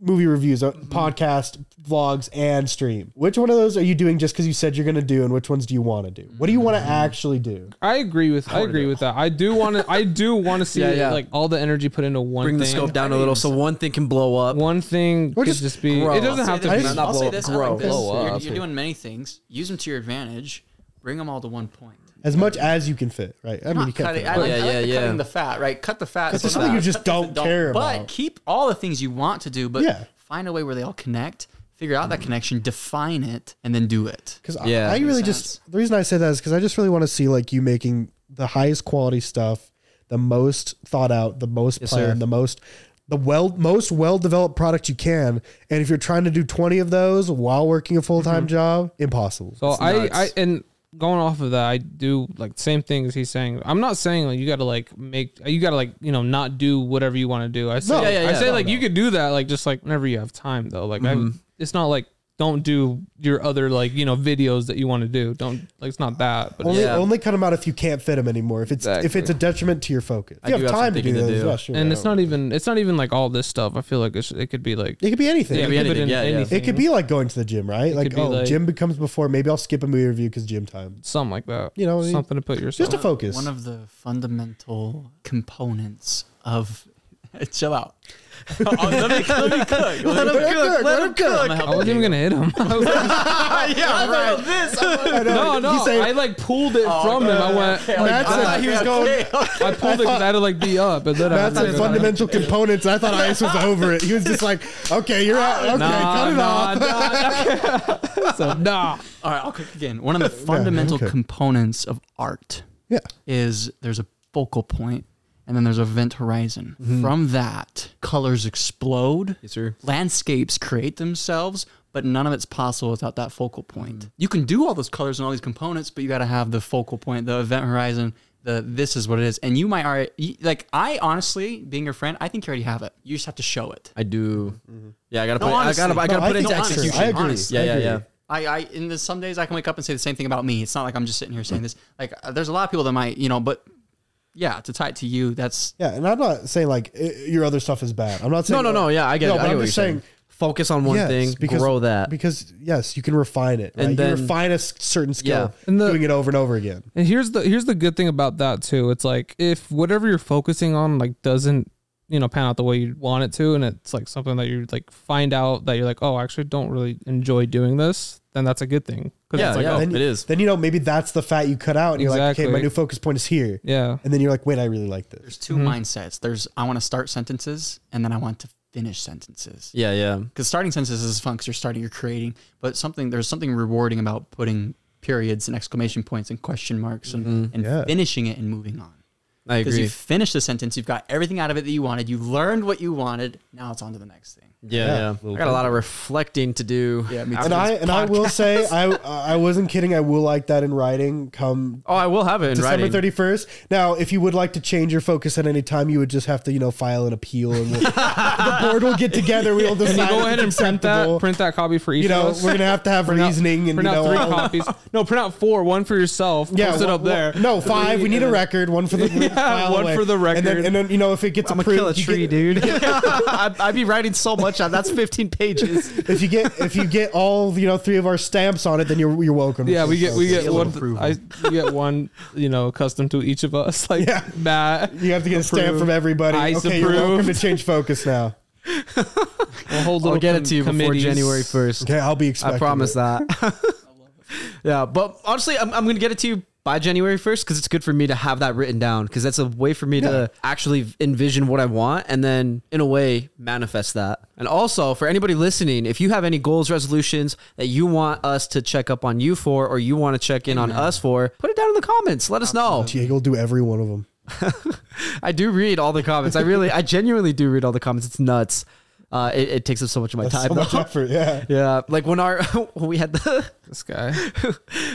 C: movie reviews, uh podcast, vlogs, and stream. Which one of those are you doing just because you said you're going to do, and which ones do you want to do? What do you want to actually do?
B: I agree with I, agree with that. I do want to I do want to see
A: Yeah, yeah.
B: like all the energy put into one
A: Bring the
B: thing.
A: scope down a little so one thing can blow up.
B: One thing could
C: just
B: just, be
A: grow.
B: it doesn't have to
C: I
B: be
C: just-
A: Not
D: I'll
A: blow
D: say
A: up,
D: this. I
A: grow.
D: like this.
B: Blow
D: You're,
B: up.
D: you're doing many things. Use them to your advantage. Bring them all to one point.
C: As much as you can fit, right? I mean, you
D: Not
C: can't.
D: cutting.
C: Fit.
D: I like,
A: Yeah,
D: I like
A: yeah,
D: the
A: yeah.
D: cutting the fat. Right. Cut the fat.
C: It's
D: so
C: just something
D: not-
C: you just
D: cut the-
C: don't care
D: But
C: about.
D: keep all the things you want to do. But
C: Yeah.
D: find a way where they all connect. Figure out that connection. Define it, and then do it.
C: Because
A: Yeah.
C: I, I really
D: Makes sense.
C: just the reason I say that is because I just really want to see like you making the highest quality stuff, the most thought out, the most planned, the most the well most well developed product you can. And if you're trying to do 20 of those while working a full time job, impossible.
B: So I,
A: nuts.
B: I and going off of that, I do like same thing as he's saying. I'm not saying like you got to like make you got to like you know not do whatever you want to do. I say
C: No. Yeah,
A: yeah,
B: I
A: yeah.
B: say
A: No,
B: like you could do that like just like whenever you have time though. Like I it's not like don't do your other like you know videos that you want to do. Don't like it's not that. But
C: Only,
A: Yeah.
C: only cut them out if you can't fit them anymore. If it's if
A: Exactly.
C: it's a detriment to your focus,
A: I
C: you
A: do
C: have
A: have
C: time to do
A: something to
C: those.
A: do.
C: yeah, sure,
B: and
C: yeah.
B: it's not even it's not even like all this stuff. I feel like it's, it could be like
C: It could be anything.
B: yeah,
A: be
B: you could put
A: anything.
B: in
A: Yeah, yeah.
B: anything.
C: It could be like going to the gym, right? Like
B: could be
C: oh,
B: like-
C: gym becomes before. Maybe I'll skip a movie review because gym time.
B: something like that.
C: You know what I mean?
B: something to put yourself.
C: Just to focus.
D: One of the fundamental components of chill out. Oh, let me let me cook. Let him
C: cook, let him cook.
D: I'm gonna help
B: I
D: you.
B: wasn't even gonna hit him. I was like,
D: yeah, right. This.
C: I know,
B: no,
C: he
B: no.
C: said-
B: I like pulled
C: Oh,
B: it from him. I went. like, "Ah,
C: Matt said he was going.
B: I pulled it because I had to like be up, and then I
C: Matt
B: was
C: said
B: like,
C: fundamental components. I thought Ice was over it. He was just like, okay, you're out. Okay, cut it off.
B: nah, so nah.
D: All right, I'll cook again. One of the fundamental
C: okay.
D: components of art
C: Yeah.
D: is there's a focal point and then there's a vent horizon. From that, colors explode,
A: Mm-hmm. Yes, sir.
D: landscapes create themselves, but none of it's possible without that focal point.
A: Mm.
D: You can do all those colors and all these components, but you got to have the focal point, the event horizon. The this is what it is, and you might already you- like. I honestly, being your friend, I think you already have it. You just have to show it.
A: I do. Yeah, I gotta
D: No,
A: put.
D: honestly.
A: I gotta. I gotta
C: No, I
A: put
C: think
A: it into
C: that's true.
A: execution.
C: I agree.
D: Honestly.
A: Yeah,
C: I
A: yeah,
C: agree.
A: yeah.
D: I, I, and then some days I can wake up and say the same thing about me. It's not like I'm just sitting here saying this. Like, uh, there's a lot of people that might, you know, but yeah, to tie it to you, that's
C: Yeah, and I'm not saying like i- your other stuff is bad. I'm not saying
A: No, no, no. Yeah, I get.
C: No,
A: it. I
C: but
A: get
C: I'm
A: what
C: just
A: you're
C: saying-
A: Focus on one
C: Yes,
A: thing. grow that.
C: because yes, you can refine it. Right?
A: And
C: you
A: then-
C: refine a s- certain skill,
A: Yeah.
B: And the-
C: doing it over and over again.
B: And here's the here's the good thing about that too. It's like if whatever you're focusing on like doesn't you know pan out the way you want it to, and it's like something that you like find out that you're like, oh, I actually don't really enjoy doing this. Then that's a good thing. 'Cause
A: Yeah,
B: it's like,
A: yeah.
B: oh,
A: it is.
C: Then you know maybe that's the fat you cut out, and you're like, okay,
B: Exactly.
C: my new focus point is here,
B: oh, yeah.
C: and then you're like, wait, I really like this.
D: there's 2
A: Mm-hmm.
D: mindsets. There's I want to start sentences and then I want to finish sentences.
A: Yeah, yeah.
D: Because starting sentences is fun because you're starting, you're creating, but something there's something rewarding about putting periods and exclamation points and question marks and, and
C: Yeah.
D: finishing it and moving on.
A: I
D: Because
A: Mm-hmm.
D: you
A: agree.
D: finished the sentence, you've got everything out of it that you wanted. You've learned what you wanted. Now it's on to the next thing.
A: Yeah,
C: Yeah,
A: yeah.
C: a little
A: I got a lot of reflecting to do.
D: Yeah, me
A: after
D: too.
C: And
A: this
C: I and I
A: podcast.
C: will say I I wasn't kidding. I will like that in writing. Come
A: Oh, I will have it in
C: December
A: writing.
C: thirty first. Now, if you would like to change your focus at any time, you would just have to, you know, file an appeal, and we'll, the board will get together. We'll decide.
B: Can you go
C: if
B: ahead
C: it's
B: and print
C: acceptable.
B: that print that copy for each
C: You know,
B: of us?
C: we're gonna have to have
B: Print out-
C: reasoning and
B: print
C: you
B: out
C: know,
B: three
C: all-
B: copies. No, print out four. One for yourself. Yeah, post it
C: one-
B: up there.
C: one- No, five. We need a record. One for the file
B: one
C: away.
B: for the
C: And then,
B: record.
C: and then, you know if it gets
A: I'm gonna
C: approved,
A: kill a
C: you
A: tree, dude.
C: get-
A: I'd, I'd be writing so much on that's 15 pages.
C: If you get if you get all you know three of our stamps on it, then you're you're welcome.
B: Yeah, we get we get
D: Seal of
B: one.
D: approval.
B: I we get one. You know, custom to each of us. Like
C: Yeah.
B: Matt,
C: You have to get a stamp
B: approved.
C: from everybody.
B: Ice
C: okay, you're welcome
B: approved.
C: to change focus now.
B: We'll hold
A: I'll
B: little
A: get it
B: com-
A: to you before
B: committees.
A: January 1st.
C: Okay, I'll be expecting.
A: I promise
C: it.
A: that. yeah, but honestly, I'm, I'm gonna get it to you by January 1st because it's good for me to have that written down because that's a way for me to actually envision what I want and then in a way manifest that. And also for anybody listening, if you have any goals, resolutions that you want us to check up on you for or you want to check in on us for, put it down in the comments. Let us know.
C: Diego will do every one of them.
A: I do read all the comments. I really, I genuinely do read all the comments. It's nuts. Uh, it, it takes up so much of my time.
C: So much
A: though.
C: effort. Yeah.
A: yeah, like when our when we had the
B: This guy.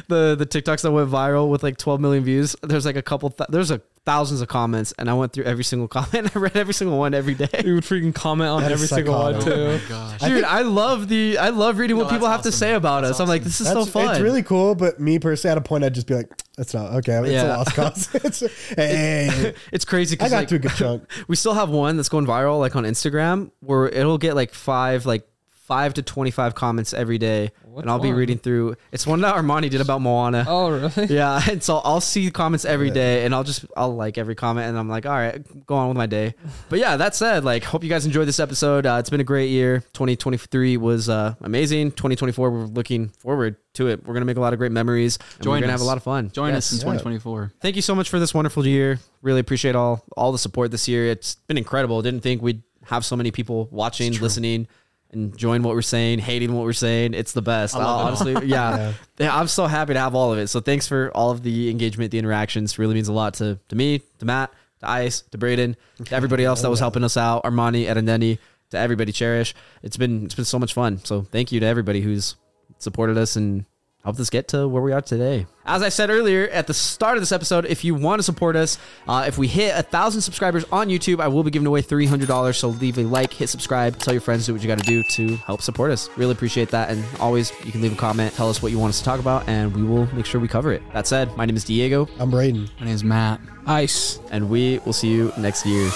A: the the TikToks that went viral with like 12 million views. There's like a couple. Th- there's a thousands of comments, and I went through every single comment. I read every single one every day.
B: You would freaking comment on
C: That is
B: every single one
C: psychotic.
B: too.
D: gosh.
A: Dude, I, love the I love reading
D: No,
A: what people
D: that's
A: have to
D: awesome.
A: say about
D: That's
A: us. I'm like,
D: awesome.
A: this is
C: That's,
A: so fun.
C: It's really cool, but me personally, at a point, I'd just be like, "That's not okay. It's
A: Yeah.
C: a lost cause." it's, hey,
A: it's crazy
C: I
A: because
C: got
A: like,
C: to a good chunk.
A: we still have one that's going viral like on Instagram where it'll get like five like five to 25 comments every day
B: What's
A: and I'll be
B: one?
A: reading through it's one that Armani did about Moana
B: Oh really?
A: yeah and so I'll see comments every day and I'll just I'll like every comment and I'm like all right go on with my day but yeah that said like hope you guys enjoyed this episode uh, it's been a great year 2023 was uh, amazing 2024 we're looking forward to it we're gonna make a lot of great memories and we're
D: Join
A: gonna
D: us.
A: have a lot of fun
D: Join
A: Yes
D: us in 2024.
A: thank you so much for this wonderful year. Really appreciate all all the support this year. It's been incredible. Didn't think we'd have so many people watching, listening, enjoying what we're saying, hating what we're saying. It's the best.
D: love
A: I'll-
D: it all.
A: honestly, yeah. yeah. I'm so happy to have all of it. So thanks for all of the engagement, the interactions. Really means a lot to to me, to Matt, to Ice, to Braden, to everybody else that was helping us out, Armani, Edineni, to everybody, Cherish. It's been it's been so much fun. So thank you to everybody who's supported us and helped us get to where we are today. As I said earlier at the start of this episode, if you want to support us, uh, if we hit a thousand subscribers on YouTube, I will be giving away three hundred dollars. So leave a like, hit subscribe, tell your friends, do what you got to do to help support us. Really appreciate that, and always you can leave a comment, tell us what you want us to talk about, and we will make sure we cover it. That said, my name is Diego,
C: I'm Braden.
D: My name's Matt.
B: Ice.
A: and we will see you next year.